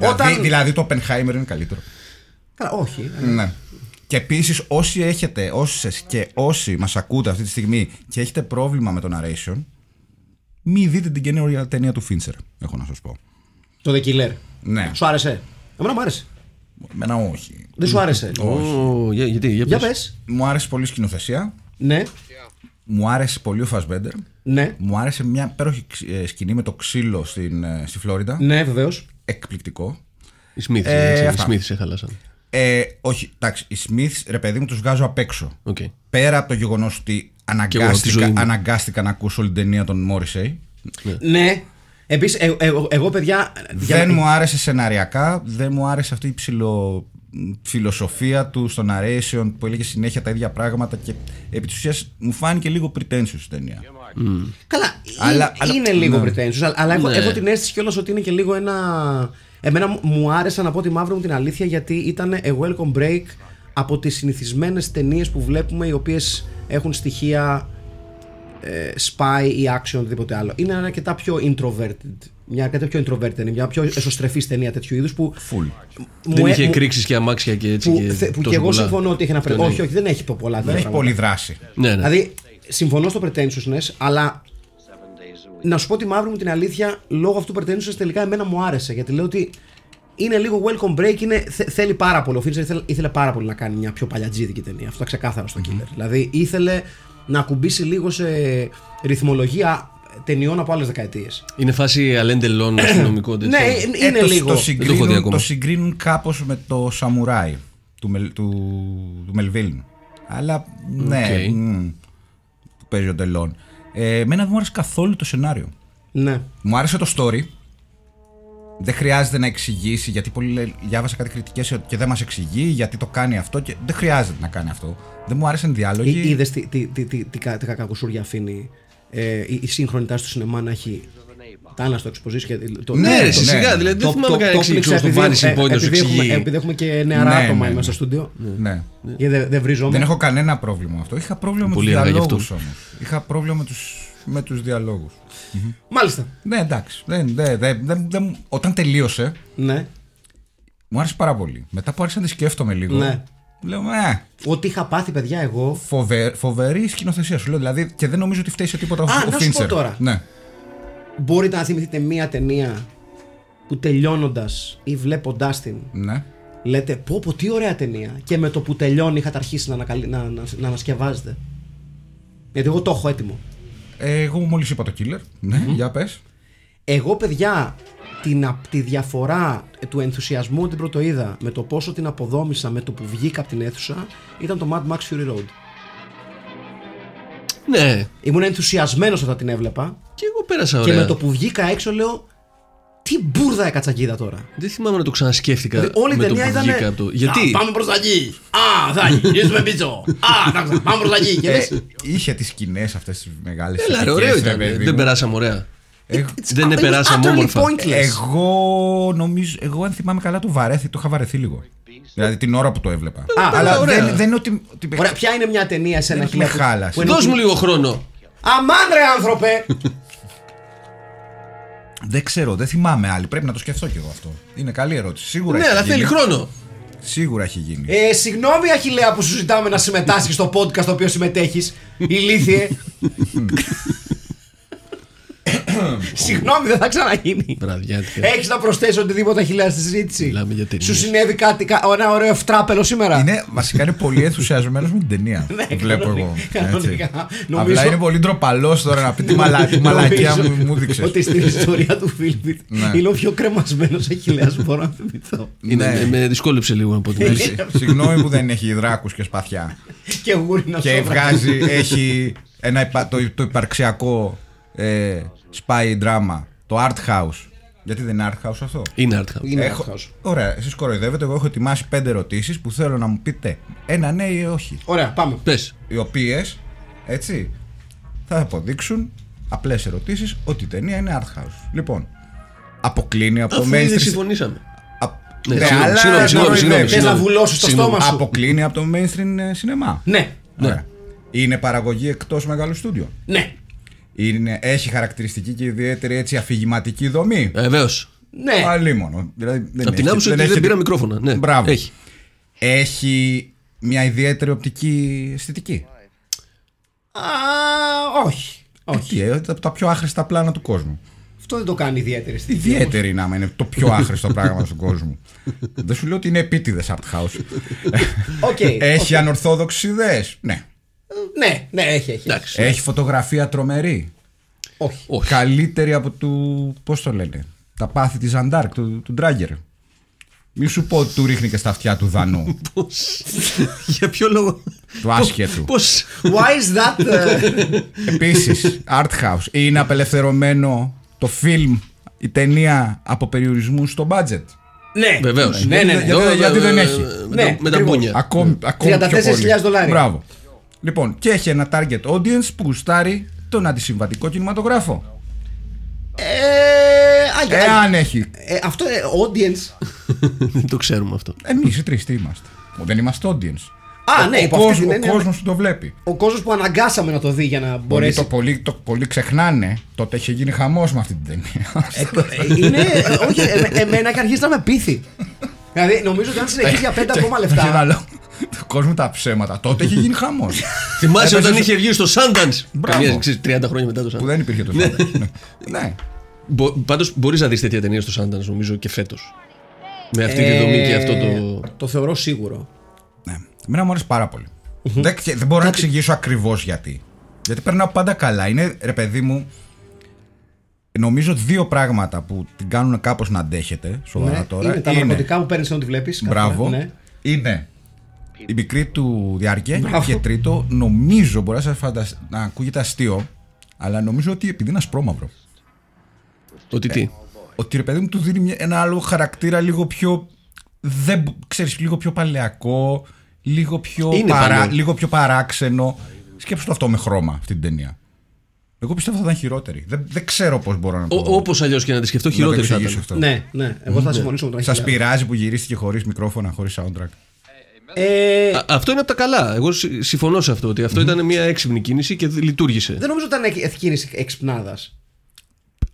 Όταν-
Δηλαδή, δηλαδή το Oppenheimer είναι καλύτερο.
Καλά, όχι. ε.
Ναι. Και επίσης, όσοι έχετε, όσες και όσοι μας ακούτε αυτή τη στιγμή και έχετε πρόβλημα με το narration, μη δείτε την καινούργια ταινία του Fincher. Έχω να σας πω.
Το The Killer.
Ναι.
Σου άρεσε. Εμένα μου άρεσε.
Εμένα όχι.
Δεν σου άρεσε.
Ω, για, γιατί, για,
Για
πες.
πες.
Μου άρεσε πολύ η σκηνοθεσία.
Ναι.
Μου άρεσε πολύ ο Fassbender.
Ναι.
Μου άρεσε μια υπέροχη ξ- ε, σκηνή με το ξύλο στην, ε, στη Φλόριντα.
Ναι, βεβαίως.
Εκπληκτικό.
Οι Smiths,
Ε,
έτσι, οι
αυτά.
Smiths σε χαλάσαν.
Ε, όχι, εντάξει, οι Smiths, ρε παιδί μου, τους βγάζω απ' έξω.
Οκ.
Πέρα από το γεγονός ότι
τη ζωή
αναγκάστηκα,
μου.
αναγκάστηκα να ακούσω όλη την ταινία των Μόρισεϊ.
Ναι. Επίσης, εγώ παιδιά. για
Δεν
να-
μου άρεσε σεναριακά, δεν μου άρεσε αυτή η ψηλο φιλοσοφία του στο narration που έλεγε συνέχεια τα ίδια πράγματα και επί της ουσίας μου φάνηκε λίγο pretentious η ταινία.
Καλά,
Αλλά-
είναι,
αλλά-
είναι λίγο
ναι.
pretentious, αλλά- αλλά έχω,
Ναι.
έχω την αίσθηση κιόλας ότι είναι και λίγο ένα... Εμένα μου- μου άρεσε να πω τη μαύρη μου την αλήθεια γιατί ήταν a welcome break από τις συνηθισμένες ταινίες που βλέπουμε οι οποίες έχουν στοιχεία ε, spy ή action οτιδήποτε άλλο. Είναι ένα αρκετά πιο introverted, μια αρκετά πιο introverted ταινία, μια πιο εσωστρεφής ταινία τέτοιου είδους που...
Full.
μου
Δεν
ε-
είχε
μου-
εκρήξεις και αμάξια και έτσι.
που,
και
θε- που
τόσο
και εγώ
πολλά.
συμφωνώ ότι έχει ένα
Ναι,
pretentious.
ναι.
Όχι, όχι, δεν έχει το πολλά.
Δεν έχει
πράγματα.
πολύ δράση.
Ναι, ναι.
Δηλαδή, συμφωνώ στο pretentiousness, αλλά να σου πω τη μαύρη μου την αλήθεια, λόγω αυτού του pretentiousness τελικά εμένα μου άρεσε. Γιατί λέω ότι είναι λίγο welcome break, είναι, θε- θέλει πάρα πολύ. Ο Fincher ήθελε, ήθελε πάρα πολύ να κάνει μια πιο παλιατζίδικη ταινία. Αυτό ξεκάθαρα στο Killer. Δηλαδή, ήθελε να κουμπίσει λίγο σε ρυθμολογία ταινιών από άλλες δεκαετίες.
Είναι φάση αλέντελών αστυνομικό τέτοιο.
Ναι, είναι-
Ε,
είναι
το,
λίγο.
Το
Δεν το έχω δει
συγκρίνουν,
ακόμα.
το συγκρίνουν κάπως με το Σαμουράι του, Μελ, του, του Μελβίλ. Αλλά ναι,
Οκ.
μμ, που παίζει ο Τελών. Ε, εμένα δεν μου άρεσε καθόλου το σενάριο.
Ναι.
Μου άρεσε το story. Δεν χρειάζεται να εξηγήσει γιατί πολλοί λέ- διάβασα κάτι κριτικές και δεν μας εξηγεί γιατί το κάνει αυτό. Και δεν χρειάζεται να κάνει αυτό. Δεν μου άρεσαν οι διάλογοι.
Είδες τι, τι, τι, τι, τι, κα- τι κακακουσούρια αφήνει ε, η, η σύγχρονη τάση του σινεμά να έχει. Τάνα στο exposition. και Το,
Ναι,
Ναι,
ρε,
το-
σιγά,
ναι.
δηλαδή δεν
Το-
θυμάμαι
το-
κανένα
το
εξήγηση
έπληξα
όπως το
επειδή-
Βάνης
ε,
Συμπόνιος
επειδή έχουμε-
εξηγεί.
Επειδή έχουμε και νεαρά
Ναι,
άτομα
ναι,
είμαστε
ναι.
στο στούντιο.
Ναι.
Γιατί δεν δεν βρίζομαι.
Δεν έχω κανένα πρόβλημα με αυτό. Είχα πρόβλημα
Πολύ
με τους
αργά γι'
διαλόγους
αυτό.
όμως. Είχα πρόβλημα με τους, με τους διαλόγους.
Μάλιστα.
Ναι, εντάξει. Δεν, δεν, δεν, δεν, δεν, όταν τελείωσε,
Ναι.
μου άρεσε πάρα πολύ. Μετά που άρχισα να τη σκέφτομαι λίγο.
Ναι.
Λέω, ε,
Ό,τι είχα πάθει, παιδιά, εγώ.
φοβε- φοβερή σκηνοθεσία σου λέω. Δηλαδή, και δεν νομίζω ότι φταίει σε τίποτα ο-
Α,
ο
να σου πω
Fincher.
τώρα.
Ναι.
Μπορείτε να θυμηθείτε μία ταινία που τελειώνοντας ή βλέποντάς την
ναι.
λέτε Πω, πω, τι ωραία ταινία. Και με το που τελειώνει είχατε αρχίσει να, ανακαλύ... να, να, να ανασκευάζετε. Γιατί εγώ το έχω έτοιμο.
Ε, εγώ μόλις είπα το killer. Ναι, για πες.
Εγώ, παιδιά, την, απ- τη διαφορά του ενθουσιασμού όταν την πρωτοείδα με το πόσο την αποδόμησα με το που βγήκα από την αίθουσα ήταν το Mad Max Fury Road.
Ναι,
Ήμουν ενθουσιασμένος όταν την έβλεπα
και εγώ πέρασα
και
ωραία.
με το που βγήκα έξω λέω Τι μπουρδα η κατσακίδα τώρα.
Δεν θυμάμαι να το ξανασκέφτηκα.
Δηλαδή, όλη η
με το
ταινία
που
ήταν.
βγήκα από το. Γιατί.
Α, πάμε προς τα εκεί. Α, θα γυρίσουμε πίσω. Α, τα ξανα- πάμε προς τα εκεί. Και
Ε,
λες,
είχε τις σκηνές αυτές τις μεγάλες.
Έλα, ρε, ωραίο ήταν. Δεν περάσαμε ωραία. ε, δεν
it's
επεράσαμε
utterly
όμορφα.
pointless.
Ε, Εγώ νομίζω, εγώ αν θυμάμαι καλά, το βαρέθη, το είχα βαρεθεί λίγο. Δηλαδή την ώρα που το έβλεπα. Αλλά
ωραία.
δεν, δεν είναι ότι. ότι-
Ωραία, ποια είναι μια ταινία σε ένα
Δεν με
χιλιάδε.
χάλασε.
που ενώ-
Δώσ' μου λίγο χρόνο.
Αμάν ρε άνθρωπε!
Δεν ξέρω, δεν θυμάμαι άλλη. Πρέπει να το σκεφτώ κι εγώ αυτό. Είναι καλή ερώτηση. Σίγουρα
Ναι,
έχει
αλλά
γίνει.
θέλει χρόνο.
Σίγουρα έχει γίνει.
Ε, συγγνώμη, Αχηλέα, που σου ζητάμε να συμμετάσχεις στο podcast στο οποίο συμμετέχεις. Ηλίθιε. συγγνώμη, δεν θα ξαναγίνει.
Βραδιάτικα.
Έχεις να προσθέσει οτιδήποτε Αχηλέα στη συζήτηση.
Μιλάμε για ταινίες.
Σου συνέβη κάτι, κα- ένα ωραίο ευτράπελο σήμερα.
Είναι, βασικά είναι πολύ ενθουσιασμένος με την ταινία.
Ναι,
βλέπω εγώ.
κανονικά, κανονικά.
Έτσι.
Νομίζω-
Απλά είναι πολύ ντροπαλός τώρα να πει τη μαλα- τη μαλακία
Νομίζω
μου, μου δείξες.
Ότι στην ιστορία του Φίλιππιτ
Ναι.
είναι ο πιο κρεμασμένος Αχηλέα που μπορώ να θυμηθώ.
Είναι-
Ναι.
με- Με δυσκόλεψε λίγο να πω
Ε,
την αλήθεια.
Συγγνώμη που δεν έχει δράκου και σπαθιά.
Και γούρινο
και βγάζει, έχει ένα, υπα- το, το υπαρξιακό ε, spy drama, το art house. Γιατί δεν είναι art house αυτό.
Είναι art house.
ε, Είναι
Έχω-
art house.
Ωραία, εσείς κοροϊδεύετε. Εγώ έχω ετοιμάσει πέντε ερωτήσεις που θέλω να μου πείτε ένα ναι ή όχι.
Ωραία, πάμε.
Πες.
Οι οποίες, έτσι, θα αποδείξουν απλές ερωτήσεις ότι η ταινία είναι art house. Λοιπόν, αποκλίνει από το
Αφού ήδη
mainstream.
συμφωνήσαμε.
Α,
Ναι,
ναι,
συγγνώμη,
αλλά
συγγνώμη, συγγνώμη,
κοροϊδεύεις.
Θε να
Συγγνώμη.
βουλώσει το
Συγγνώμη.
στόμα σου.
Αποκλίνει από το mainstream ε, σινεμά.
Ναι,
Ωραία. Είναι παραγωγή εκτός μεγάλου στούντιο.
ναι.
Είναι, έχει χαρακτηριστική και ιδιαίτερη έτσι αφηγηματική δομή.
Βεβαίως.
Ναι.
Αλλήμον. Δηλαδή δεν
Απ' Ε, την
έχει-
άποψη ότι
έχει-
δεν πήρα μικρόφωνα. Ναι,
Μπράβο.
Έχει.
Έχει μια ιδιαίτερη οπτική αισθητική.
Α, όχι. Όχι.
Όχι. ε, από τα πιο άχρηστα πλάνα του κόσμου.
Αυτό δεν το κάνει ιδιαίτερη στη
Ιδιαίτερη να είμαι, είναι το πιο άχρηστο πράγμα στον κόσμο. δεν σου λέω ότι είναι επίτηδες art house.
Οκ.
Ε,
έχει ανορθόδοξες ιδέες. Ναι.
Ναι, ναι, έχει, έχει.
Εντάξει.
Έχει φωτογραφία τρομερή.
Όχι.
Όχι.
Καλύτερη από του. Πώς το λένε. Τα πάθη της Ζαντάρκ, του, του Ντράγκερ. Μη σου πω ότι του ρίχνει και στα αυτιά του Δανού.
Πώς- Για ποιο λόγο.
του άσχετου.
Πώς.
Why is that.
ε,
uh,
Επίσης, art house. Είναι απελευθερωμένο το φιλμ, η ταινία από περιορισμούς στο budget.
ναι.
Βεβαίως.
Ναι, ναι, ναι.
Γιατί- γιατί δεν έχει.
Ναι,
ε, Με τα
ακριβώς.
μπούνια.
Ακόμη, ακόμη πιο
34.000
πολύ.
δολάρια.
Μπράβο. Λοιπόν, και έχει ένα target audience που γουστάρει τον αντισυμβατικό κινηματογράφο.
Ε, α, για-
Εάν έχει.
ε, αυτό ε, audience.
Δεν το ξέρουμε αυτό.
Εμείς οι τρεις τι είμαστε. Ο, Δεν είμαστε audience.
Α, ναι,
ο
υπό αυτή
κόσμο
την έννοια-
που το βλέπει.
Ο κόσμος που αναγκάσαμε να το δει για να
Πολλοί το,
μπορέσει.
πολύ, το πολύ ξεχνάνε. Τότε είχε γίνει χαμός με αυτή την ταινία.
Ε, Είναι. ε, Όχι, ε, ε, εμένα και αρχίζει να με πείθει. Δηλαδή, νομίζω ότι αν συνεχίσει για
Ε,
5 ακόμα
Έχει ένα
λεφτά.
λόγο. Του κόσμου τα ψέματα. Τότε είχε γίνει χαμός.
Θυμάσαι όταν είχε βγει στο Sundance.
Μπράβο.
Καμιά ξέρεις, 30 χρόνια μετά το
Που
Sundance.
δεν υπήρχε το Sundance. ναι. ναι.
Πάντως μπορείς να δεις τέτοια ταινία στο Sundance νομίζω και φέτος. Με αυτή τη
Ε,
δομή και αυτό το.
ε,
Το θεωρώ σίγουρο.
ναι. Εμένα μου αρέσει πάρα πολύ. δεν, ξε- δεν μπορώ να εξηγήσω ακριβώς γιατί. Γιατί περνάω πάντα καλά. Είναι, ρε παιδί μου, νομίζω δύο πράγματα που την κάνουν κάπως να αντέχετε. Σοβαρά
Ναι,
τώρα.
Είναι τα ναρκωτικά που παίρνεις όταν τη βλέπεις.
Μπράβο.
ναι.
Είναι η μικρή του διάρκεια. Και τρίτο, νομίζω, μπορεί να σας φαντασ... να ακούγεται αστείο, αλλά νομίζω ότι επειδή είναι ασπρόμαυρο.
Ότι
ε,
τι.
ότι ρε παιδί μου του δίνει μια- ένα άλλο χαρακτήρα λίγο πιο. Δεν, μπο- ξέρεις, λίγο πιο παλαιακό, λίγο πιο,
Είναι
παρά,
παλαιό.
λίγο πιο παράξενο. Σκέψου το αυτό με χρώμα αυτή την ταινία. Εγώ πιστεύω θα ήταν χειρότερη. Δεν, δεν ξέρω πώς μπορώ να το,
Όπως αλλιώς και να τη σκεφτώ,
να το
χειρότερη θα
εξηγήσω
ήταν.
αυτό.
Ναι, ναι. Εγώ θα συμφωνήσω με τον
Σας
Αχιλλέα.
πειράζει που γυρίστηκε χωρίς μικρόφωνα, χωρίς soundtrack.
Ε,
Α- Αυτό είναι από τα καλά. Εγώ συ- συμφωνώ σε αυτό ότι αυτό ήταν μια έξυπνη κίνηση και δι- λειτουργήσε.
Δεν νομίζω ότι ήταν εκκίνηση εξυπνάδας.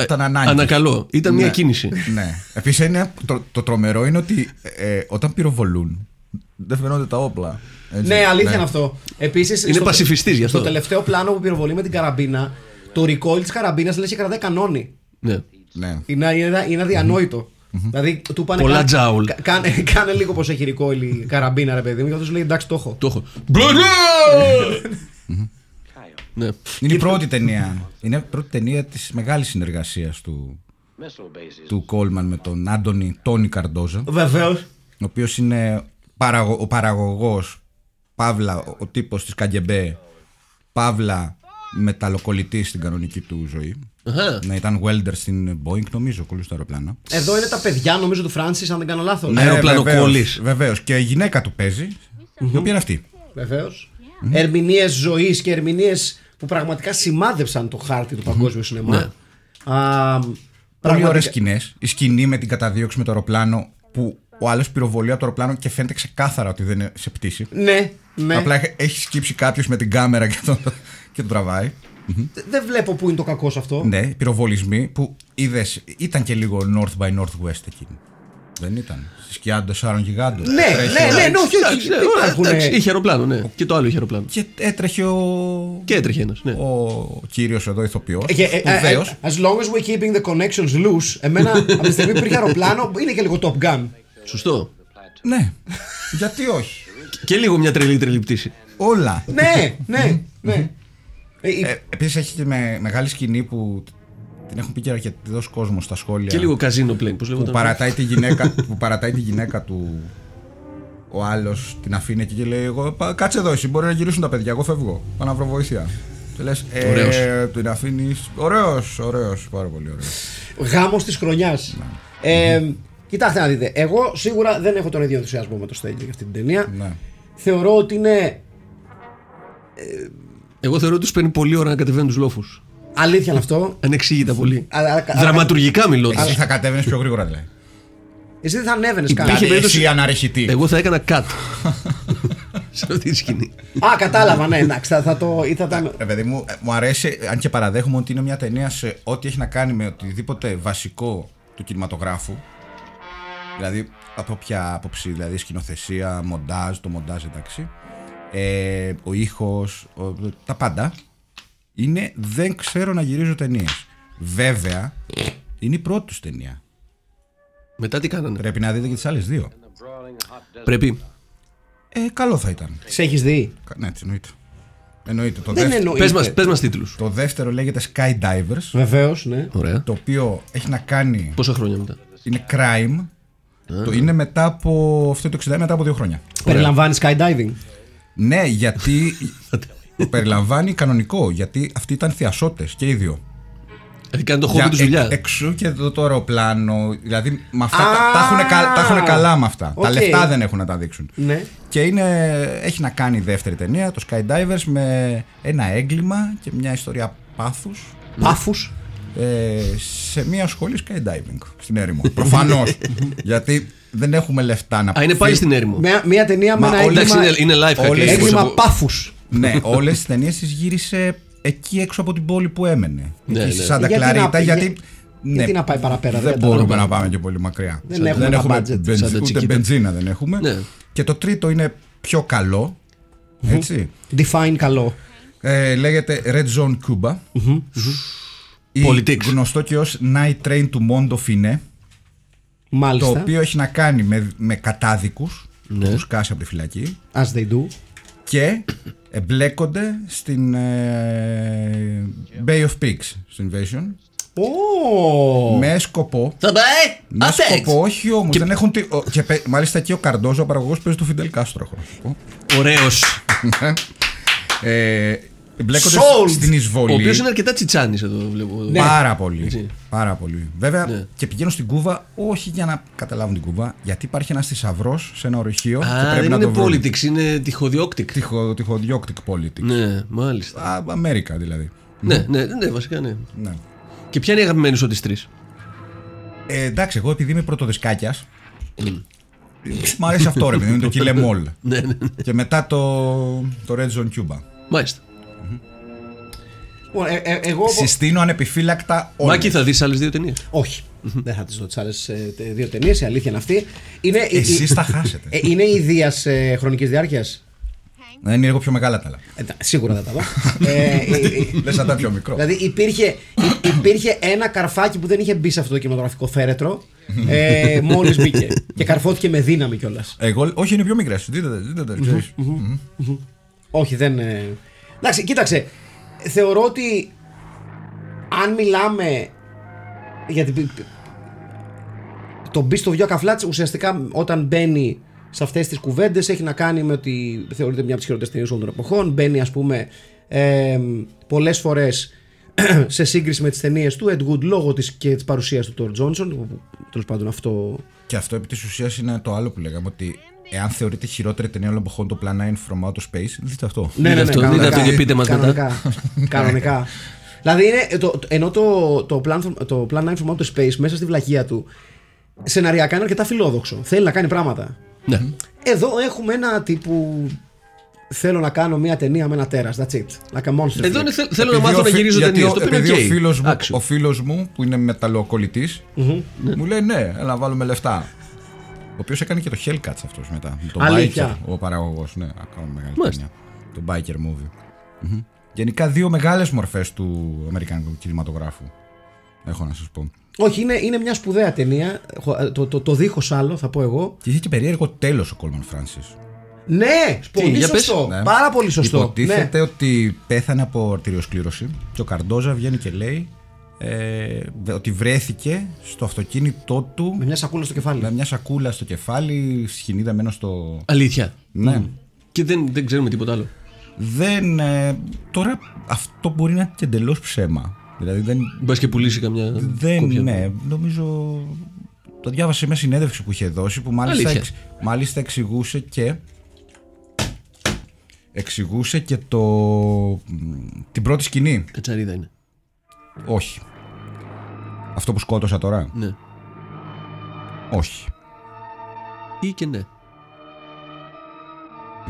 Ήταν ανάγκη.
Ανακαλώ. Ήταν μια
Ναι.
κίνηση.
ναι. Επίσης το, το τρομερό είναι ότι ε, ε, όταν πυροβολούν, δεν φαινόνται τα όπλα. Έτσι.
Ναι, αλήθεια είναι αυτό. Επίσης.
Είναι πασιφιστής γι' αυτό.
Στο τελευταίο πλάνο που πυροβολεί με την καραμπίνα, το recoil της καραμπίνας λες και κρατάει κανόνι.
ναι.
Ναι.
Είναι, είναι, είναι αδιανόητο. Δηλαδή του πάνε.
Πολλά
«Κάνε-
τζάουλ».
κα- Κάνε, κάνε λίγο πώ έχει recoil η καραμπίνα, ρε παιδί μου, γιατί σου λέει εντάξει το έχω.
Το έχω. Μπλε! Ναι.
Είναι η πρώτη ταινία. Είναι η πρώτη ταινία της μεγάλης συνεργασίας του, του Κόλμαν με τον Άντωνη Τόνι Καρντόζα,
Βεβαίως.
ο οποίος είναι παραγω- ο παραγωγός Παύλα, ο τύπος της Καγκεμπέ, Παύλα μεταλλοκολλητή στην κανονική του ζωή.
Αχα.
Να ήταν welder στην Boeing, νομίζω, κολλούσε στο αεροπλάνο.
Εδώ είναι τα παιδιά, νομίζω, του Φράνσι, αν δεν κάνω λάθος.
Ναι. αεροπλανοκόλλης.
Βεβαίω. Και η γυναίκα του παίζει, η οποία είναι αυτή.
Βεβαίως. Ερμηνείες ζωής και ερμηνείες που πραγματικά σημάδεψαν το χάρτη του παγκόσμιου σινεμά.
Ναι.
Α,
Πολύ
πραγματικά-
ωραίες σκηνές. Η σκηνή με την καταδίωξη με το αεροπλάνο που ο άλλος πυροβολεί από το αεροπλάνο και φαίνεται ξεκάθαρα ότι δεν είναι σε πτήση.
Ναι, ναι.
Απλά έχ- έχει σκύψει κάποιος με την κάμερα και τον, και τον τραβάει.
Δεν βλέπω πού είναι το κακό σε αυτό.
Ναι, πυροβολισμοί που είδες ήταν και λίγο North by Northwest εκείνη. Δεν ήταν. Στη σκιά των τεσσάρων γιγάντων.
Ναι,
Τρέχει
ναι,
ο-
ναι, ναι, όχι, όχι.
Εντάξει, ναι,
Υπάρχουν. ε,
εντάξει, Είχε αεροπλάνο, ναι. Και το άλλο είχε αεροπλάνο.
Και έτρεχε ο.
Και έτρεχε ένας. Ναι.
Ο κύριος εδώ ηθοποιός.
Ε, ε, ε,
Ουδέω.
As long as we're keeping the connections loose, εμένα από τη στιγμή που υπήρχε αεροπλάνο είναι και λίγο Top Gun.
Σωστό.
ε.
Ναι. Γιατί όχι.
Και λίγο μια τρελή τρελή πτήση.
Όλα.
ναι, ναι, ναι. Ε, η-
Ε, Επίσης έχει και με, μεγάλη σκηνή που την έχουν πει και αρκετός κόσμος στα σχόλια.
Και λίγο ναι. καζίνο πλέον. Πώς
που
λέγεται.
παρατάει, τη γυναίκα, που παρατάει τη γυναίκα του ο άλλος την αφήνει εκεί και λέει: εγώ, «Πα- Κάτσε εδώ, εσύ μπορεί να γυρίσουν τα παιδιά. Εγώ φεύγω. Πάω να βρω βοήθεια. Και λες: ε,
Ωραίος.
Την αφήνεις. Ωραίος, ωραίος, πάρα πολύ ωραίος.
Γάμος της χρονιάς.
ναι.
Ε, κοιτάξτε να δείτε. Εγώ σίγουρα δεν έχω τον ίδιο ενθουσιασμό με το Στέλιο για αυτή την ταινία.
ναι.
Θεωρώ ότι είναι
Εγώ θεωρώ ότι τους παίρνει πολλή ώρα να κατεβαίνουν τους λόφους.
αλήθεια είναι αυτό.
Ανεξήγητα πολύ.
Αλλά- αλλά-
Δραματουργικά μιλώ.
Εσύ θα κατέβαινες πιο γρήγορα, δηλαδή.
Εσύ δεν θα ανέβαινες καν.
Δηλαδή,
περίπτωση-
εσύ αναρριχητή.
Εγώ θα έκανα cut. Σε αυτή τη σκηνή.
Α, κατάλαβα, ναι, εντάξει, θα, θα το. ή θα
Ναι.
τα-
Ρε παιδί μου, ε, μου αρέσει, αν και παραδέχομαι ότι είναι μια ταινία σε ό,τι έχει να κάνει με οτιδήποτε βασικό του κινηματογράφου. Δηλαδή, από ποια άποψη, δηλαδή σκηνοθεσία, μοντάζ, το μοντάζ εντάξει. Ε, ο ήχος, τα πάντα. Είναι δεν ξέρω να γυρίζω ταινίες. Βέβαια, είναι η πρώτη τους ταινία.
Μετά τι κάνανε.
Πρέπει να δείτε και τις άλλες δύο.
Πρέπει.
Ε, καλό θα ήταν.
Σε έχεις δει.
Κα- Ναι, έτσι εννοείται. Εννοείται. Το,
Δεν
δεύτε-
Πες μας
εννοείται.
πες μας τίτλους.
το δεύτερο λέγεται Skydivers.
Βεβαίως, ναι.
Ωραία.
το οποίο έχει να κάνει.
Πόσα χρόνια μετά.
Είναι crime.
Ε.
Το είναι μετά από. Αυτό το 60 μετά από δύο χρόνια.
Περιλαμβάνει skydiving.
Ναι, γιατί. το περιλαμβάνει κανονικό. Γιατί αυτοί ήταν θειασότες και οι δύο.
Δηλαδή κάνει το χόμπι
Για- ε,
του
εκ-
δουλειά.
εξού και εδώ το αεροπλάνο. Δηλαδή με αυτά τα,
Α!
τα, έχουν, κα- τα έχουνε καλά με αυτά. Τα
Οκ.
λεφτά δεν έχουν να τα δείξουν.
Ναι.
Και είναι, έχει να κάνει η δεύτερη ταινία, το Skydivers, με ένα έγκλημα και μια ιστορία πάθους
Πάφου.
ε, σε μια σχολή skydiving στην έρημο. Προφανώς. γιατί δεν έχουμε λεφτά να
Α, είναι πάλι
φύ-
στην έρημο.
Μία ταινία με
Μα
ένα
όλοι-
Εντάξει,
έγκλημα,
είναι, είναι life hack.
Όλες-
έτσι, όπως
έγκλημα
από-
πάφου.
ναι, όλες τις ταινίες τις γύρισε εκεί έξω από την πόλη που έμενε.
Ναι,
εκεί
ναι.
στη Σάντα
Γιατί να-
Κλαρίτα.
για-
Γιατί. ναι.
γιατί να πάει παραπέρα, δεν
Δεν
καταλαβαίνω.
μπορούμε να πάμε και πολύ μακριά.
Δεν έχουμε τα budget,
μπενζ-
σαν τα
ούτε
τσικίτα.
μπενζίνα δεν έχουμε.
Ναι.
Και το τρίτο είναι πιο καλό. Έτσι.
Define καλό.
Ε, λέγεται Red Zone Cuba. Ή
Politics.
Γνωστό και ως Night Train του Mondo Fine. Το
Μάλιστα.
οποίο έχει να κάνει με, με κατάδικους
Ναι.
που έχουν σκάσει από τη φυλακή
As they do.
και εμπλέκονται στην ε, Bay of Pigs Invasion
Ω!
με σκοπό.
Θα πάει!
Με
Α,
σκοπό, όχι όμως.
Και-
Δεν έχουν. τι- ο- και, παί- μάλιστα και ο Καρντόζο, ο παραγωγός, παίζει του Φιντελ Κάστρο. έχω να σου πω.
τέξ. Ωραίος.
ε, εμπλέκονται
Sold.
στην
Ο
εισβολή.
οποίος είναι αρκετά τσιτσάνης εδώ βλέπω.
Πάρα πολύ.
Έτσι.
Πάρα πολύ. Βέβαια
Ναι.
και πηγαίνουν στην Κούβα όχι για να καταλάβουν την Κούβα, γιατί υπάρχει ένας θησαυρός σε ένα ορυχείο και
Α,
πρέπει
δεν
να
είναι
το βρουν.
politics, είναι τυχοδιώκτικ.
Τυχο, τυχοδιώκτικ politics.
Ναι, μάλιστα.
Α, Αμέρικα δηλαδή.
Ναι, ναι, ναι, βασικά ναι.
Ναι.
Και ποια είναι η αγαπημένη σου από τις τρεις.
Ε, εντάξει, εγώ επειδή είμαι πρωτοδισκάκια. Μ' αρέσει αυτό ρε παιδί, μου, είναι το Kill Em All.
Ναι, ναι, ναι.
και μετά το, το Red Zone Cuba.
Μάλιστα.
Ε, ε, εγώ.
Συστήνω ανεπιφύλακτα όλες.
Μάκη, θα δεις άλλες δύο ταινίες.
Όχι. Δεν θα τις δω τις άλλες δύο ταινίες. Η αλήθεια είναι αυτή. Είναι, η-
Εσείς
η-
τα χάσετε.
Ε, είναι ιδία ε, χρονικής διάρκειας.
Να είναι λίγο πιο μεγάλα τα άλλα.
σίγουρα θα τα δω. ε, ε, ε,
Λες να τα πιο μικρό.
δηλαδή υπήρχε, υ- υπήρχε ένα καρφάκι που δεν είχε μπει σε αυτό το κινηματογραφικό φέρετρο. Ε, Μόλις μπήκε. και καρφώθηκε με δύναμη κιόλας.
Εγώ, όχι, είναι πιο μικρές. Δείτε τα, δείτε τα, ξέρεις.
Όχι, δεν. ε, Εντάξει, κοίταξε. Θεωρώ ότι αν μιλάμε για την. Το μπει στο βιό καφλάτς ουσιαστικά όταν μπαίνει σε αυτές τις κουβέντες έχει να κάνει με ότι θεωρείται μια από τις χειρότερες ταινίες όλων των εποχών. Μπαίνει, ας πούμε, ε, πολλές φορές σε σύγκριση με τις ταινίες του Ed Wood λόγω της και της παρουσίας του Τόρ Τζόνσον που τέλος πάντων αυτό
Και αυτό επί της ουσίας είναι το άλλο που λέγαμε ότι εάν θεωρείτε χειρότερη ταινία όλων εποχών το Plan 9 from Outer Space, δείτε αυτό.
Δείτε αυτό, δείτε
Ναι, κανονικά.
αυτό και πείτε μας μετά.
Κανονικά. κανονικά. δηλαδή, είναι, το, το- ενώ το, το, plan, from- το Plan 9 from Outer Space μέσα στη βλακεία του σεναριακά είναι αρκετά φιλόδοξο. Θέλει να κάνει πράγματα.
Ναι.
Εδώ έχουμε ένα τύπου. Θέλω να κάνω μια ταινία με ένα τέρας. That's it. Like a monster.
Εδώ
flick.
είναι, θέλ- θέλω να
Επειδή
μάθω
ο
να
φι-
γυρίζω
γιατί
ταινίες.
ο-
Το οποίο
Επειδή
είναι
ο φίλος μου,
Άξιο.
ο φίλος μου που είναι μεταλλοκολλητής, μου λέει ναι, έλα να βάλουμε λεφτά. Ο οποίος έκανε και το Hellcats αυτός μετά. Το
Αλήθεια.
Biker, ο παραγωγός, Ναι, ακόμα μεγάλη
Μάλιστα.
ταινία. Το Biker Movie. Μμμ. Γενικά δύο μεγάλες μορφές του Αμερικανικού κινηματογράφου. Έχω να σας πω.
Όχι, είναι, είναι μια σπουδαία ταινία. Χω- ε, Το, το, το, δίχως άλλο, θα πω εγώ.
Και είχε και περίεργο τέλος ο Κόλμαν Φράνσις.
Ναι, πολύ
για πες.
σωστό.
Ναι.
Πάρα πολύ σωστό. Ναι,
Υποτίθεται
Ναι.
ότι πέθανε από αρτηριοσκλήρωση και ο Καρντόζα βγαίνει και λέει ε, ότι βρέθηκε στο αυτοκίνητό του
Με μια σακούλα στο κεφάλι.
με μια σακούλα στο κεφάλι, σχοινίδα μένω στο.
Αλήθεια.
Ναι.
Και δεν, δεν ξέρουμε τίποτα άλλο.
Δεν. ε, τώρα αυτό μπορεί να είναι και εντελώς ψέμα. Δηλαδή δεν.
Μπας και πουλήσει καμιά.
δεν
κόπια.
ναι, νομίζω. Το διάβασε σε μια συνέντευξη που είχε δώσει που μάλιστα,
Αλήθεια.
εξ- μάλιστα εξηγούσε και. Εξηγούσε και το. την πρώτη σκηνή.
Κατσαρίδα είναι.
Όχι. Αυτό που σκότωσα τώρα.
Ναι.
Όχι.
Ή και ναι.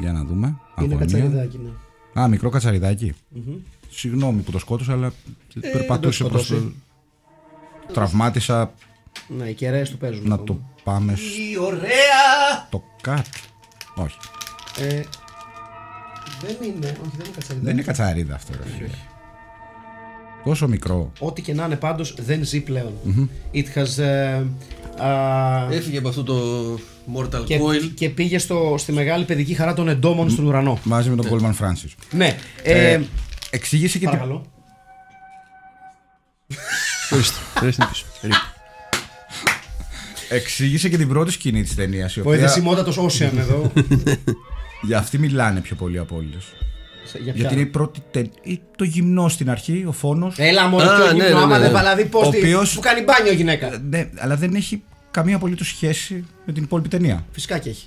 Για να δούμε.
Είναι
Αγωνία.
κατσαριδάκι. ναι.
Α, μικρό κατσαριδάκι. Συγγνώμη που το σκότωσα, αλλά περπατούσε
Ε, δεν το
προς το...
σκοτώσει.
Τραυμάτισα
Ναι, οι κεραίες του παίζουν.
να
ακόμα.
το πάμε στο
Η ωραία!
κάτι. Όχι.
Ε, δεν είναι, όχι, δεν είναι κατσαριδάκι.
Δεν είναι κατσαρίδα αυτό. Ρε. φίλε. Τόσο μικρό.
Ό,τι και να είναι πάντως δεν ζει πλέον. It has... ε, α,
Ε,
Έφυγε από αυτό το Mortal
και,
Coil.
και πήγε στο, στη μεγάλη παιδική χαρά των εντόμων στον ουρανό.
Μαζί με τον Goldman Francis.
Ναι. Ε,
Ε, εξήγησε και την...
παρακαλώ.
Ορίστε. Ορίστε την πίσω. Περίπου. εξήγησε
εξήγησε και την πρώτη σκηνή της ταινίας. Η
Ο
οποία...
εδεσιμότατος Ocean εδώ.
Για αυτή μιλάνε πιο πολύ από όλες.
Σε- Για ποια? Ε.
Γιατί είναι η πρώτη ταινία. Το γυμνό στην αρχή, ο φόνος.
Έλα μωρέ,
Α,
πιο
ναι,
γυμνό,
ναι,
άμα
ναι.
δεν παλαδεί πώς
Ο
τη-
οποίος-
Που κάνει μπάνιο η γυναίκα.
Ναι, αλλά δεν έχει καμία απολύτως σχέση με την υπόλοιπη ταινία.
Φυσικά και έχει.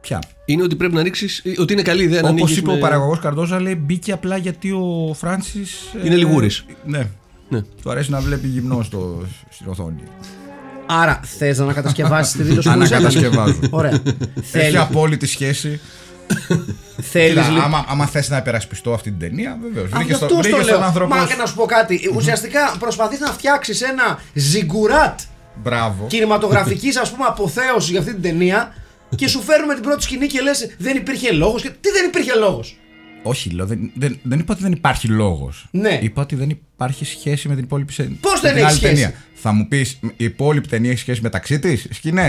Πια.
Είναι ότι πρέπει να ρίξεις. Ότι είναι καλή ιδέα να
Όπως
ανοίξεις
είπε
με-
ο παραγωγός Καρδόζα, λέει μπήκε απλά γιατί ο Φράνσις ε,
Είναι λιγούρης.
Ναι.
Ναι.
Του αρέσει να βλέπει γυμνό στο, στην οθόνη.
Άρα θες να ανακατασκευάσεις τη δήλωση που έκανε.
Ανακατασκευάζω.
Ωραία.
Έχει
Θέλεις-
απόλυτη σχέση.
Θέλεις
Κοίτα,
λοιπόν-
άμα, άμα θες να υπερασπιστώ αυτή την ταινία, βεβαίως.
Α,
Βρήκε
γι'
στο,
αυτό
βρήκε
το
στον
λέω.
άνθρωπό
Μα
σου.
και να σου πω κάτι. Ουσιαστικά προσπαθείς να φτιάξεις ένα ζιγκουράτ
Μπράβο.
κινηματογραφικής ας πούμε αποθέωσης για αυτή την ταινία και σου φέρνουμε την πρώτη σκηνή και λες δεν υπήρχε λόγος. Τι δεν υπήρχε λόγος.
Όχι, λέω, δεν, δεν, δεν είπα ότι δεν υπάρχει λόγος.
Ναι.
Είπα ότι δεν υπάρχει σχέση με την υπόλοιπη σε...
Πώς
με
δεν
την
έχει
άλλη
σχέση?
Ταινία. Θα μου πεις, η υπόλοιπη ταινία έχει σχέση μεταξύ της, σκηνές.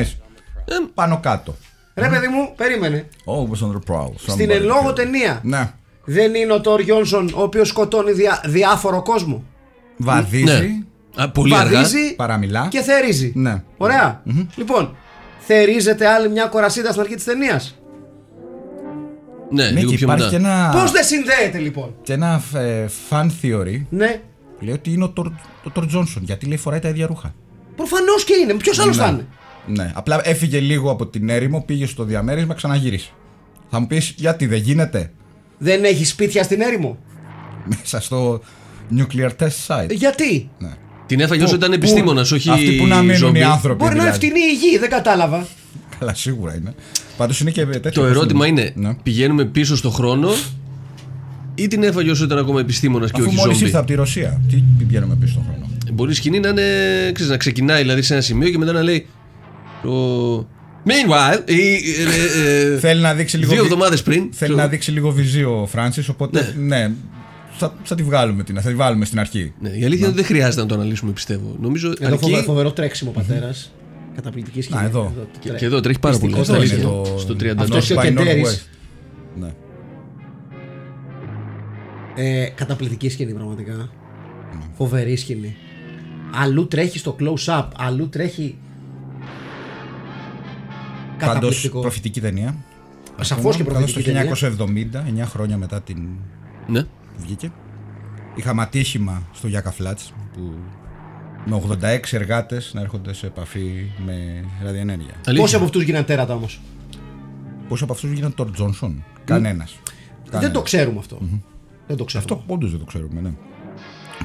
Ε,
Πάνω κάτω.
Ρε παιδί μου, περίμενε.
Always on the prowl.
Στην
somebody
εν λόγω
killed.
ταινία
Ναι.
δεν είναι ο Τόρ Γιόνσον ο οποίος σκοτώνει διά- διάφορο κόσμο.
Βαδίζει.
Ναι. Α, πολύ αργά.
Βαδίζει
Παραμιλά.
και θερίζει.
Ναι.
Ωραία. Λοιπόν, θερίζεται άλλη μια κορασίδα στην αρχή της ταινίας.
Ναι,
Ναι, λίγο
και
πιο
υπάρχει
μετά.
και ένα,
Πώς δεν συνδέεται λοιπόν.
και ένα ε, fan theory
Ναι.
που λέει ότι είναι ο Τορ, ο Τορ Τζόνσον. Γιατί λέει φοράει τα ίδια ρούχα.
Προφανώς και είναι. Ποιος άλλος
Ναι.
θα είναι.
Ναι. Απλά έφυγε λίγο από την έρημο, πήγε στο διαμέρισμα, ξαναγύρισε. Θα μου πεις γιατί δεν γίνεται
Δεν έχει σπίτια στην έρημο. Ε,
μέσα στο nuclear test site.
Γιατί.
Ναι.
Την έφαγε όσο ήταν
Πού-
επιστήμονας, όχι.
Αυτοί που να μείνουν
zombie.
οι άνθρωποι.
Μπορεί να είναι
δηλαδή.
φτηνή η γη, δεν κατάλαβα.
Καλά, σίγουρα είναι. Πάντως είναι και τέτοιο.
Το ερώτημα είναι,
Ναι.
πηγαίνουμε πίσω στο χρόνο ή την έφαγε όσο ήταν ακόμα επιστήμονας και
Αφού
όχι
μόλις
ζόμπι.
ήρθα από τη Ρωσία, τι πηγαίνουμε πίσω στον χρόνο.
Μπορεί η σκηνή να, είναι, ξέρεις, να ξεκινάει δηλαδή σε ένα σημείο και μετά να λέει. Το... Meanwhile, ή, ε, ε, ε,
Θέλει να δείξει λίγο.
δύο
βι-
εβδομάδες πριν.
Θέλει να δείξει λίγο βυζί ο Φράνσις, οπότε ναι. θα, θα τη βγάλουμε την, θα τη βάλουμε στην αρχή.
Ναι, η αλήθεια είναι ότι δεν χρειάζεται να το αναλύσουμε, πιστεύω. Νομίζω
Εδώ
αρκεί.
φοβε- φοβερό τρέξιμο πατέρας. Καταπληκτική σκηνή.
Α, εδώ.
Και, και εδώ τρέχει πάρα πολύ.
Δυστυχώς
στα
δεν
αλήθεια.
είναι
το-
Αυτό
Στο 30.
και ο
North by
Κεντέρης.
Northwest. Ναι.
Ε, καταπληκτική σκηνή, πραγματικά.
Ναι.
Φοβερή σκηνή. Αλλού τρέχει στο close-up, αλλού τρέχει.
Πάντως
Καταπληκτικό.
προφητική ταινία. Λοιπόν,
Σαφώ και
Ακόμα, καθώς
προφητική ταινία.
Το 1970, 9 χρόνια μετά την
Ναι.
βγήκε. Είχαμε ατύχημα στο Γιάκα Flats που με 86 εργάτες να έρχονται σε επαφή με ραδιενέργεια.
Αλήθεια.
Πόσοι από αυτούς γίνανε τέρατα όμως.
Πόσοι από αυτούς γίνανε τον Τζόνσον, κανένας.
Δεν
Κανένας.
το ξέρουμε αυτό. Δεν το ξέρουμε.
Αυτό όντως δεν το ξέρουμε, ναι.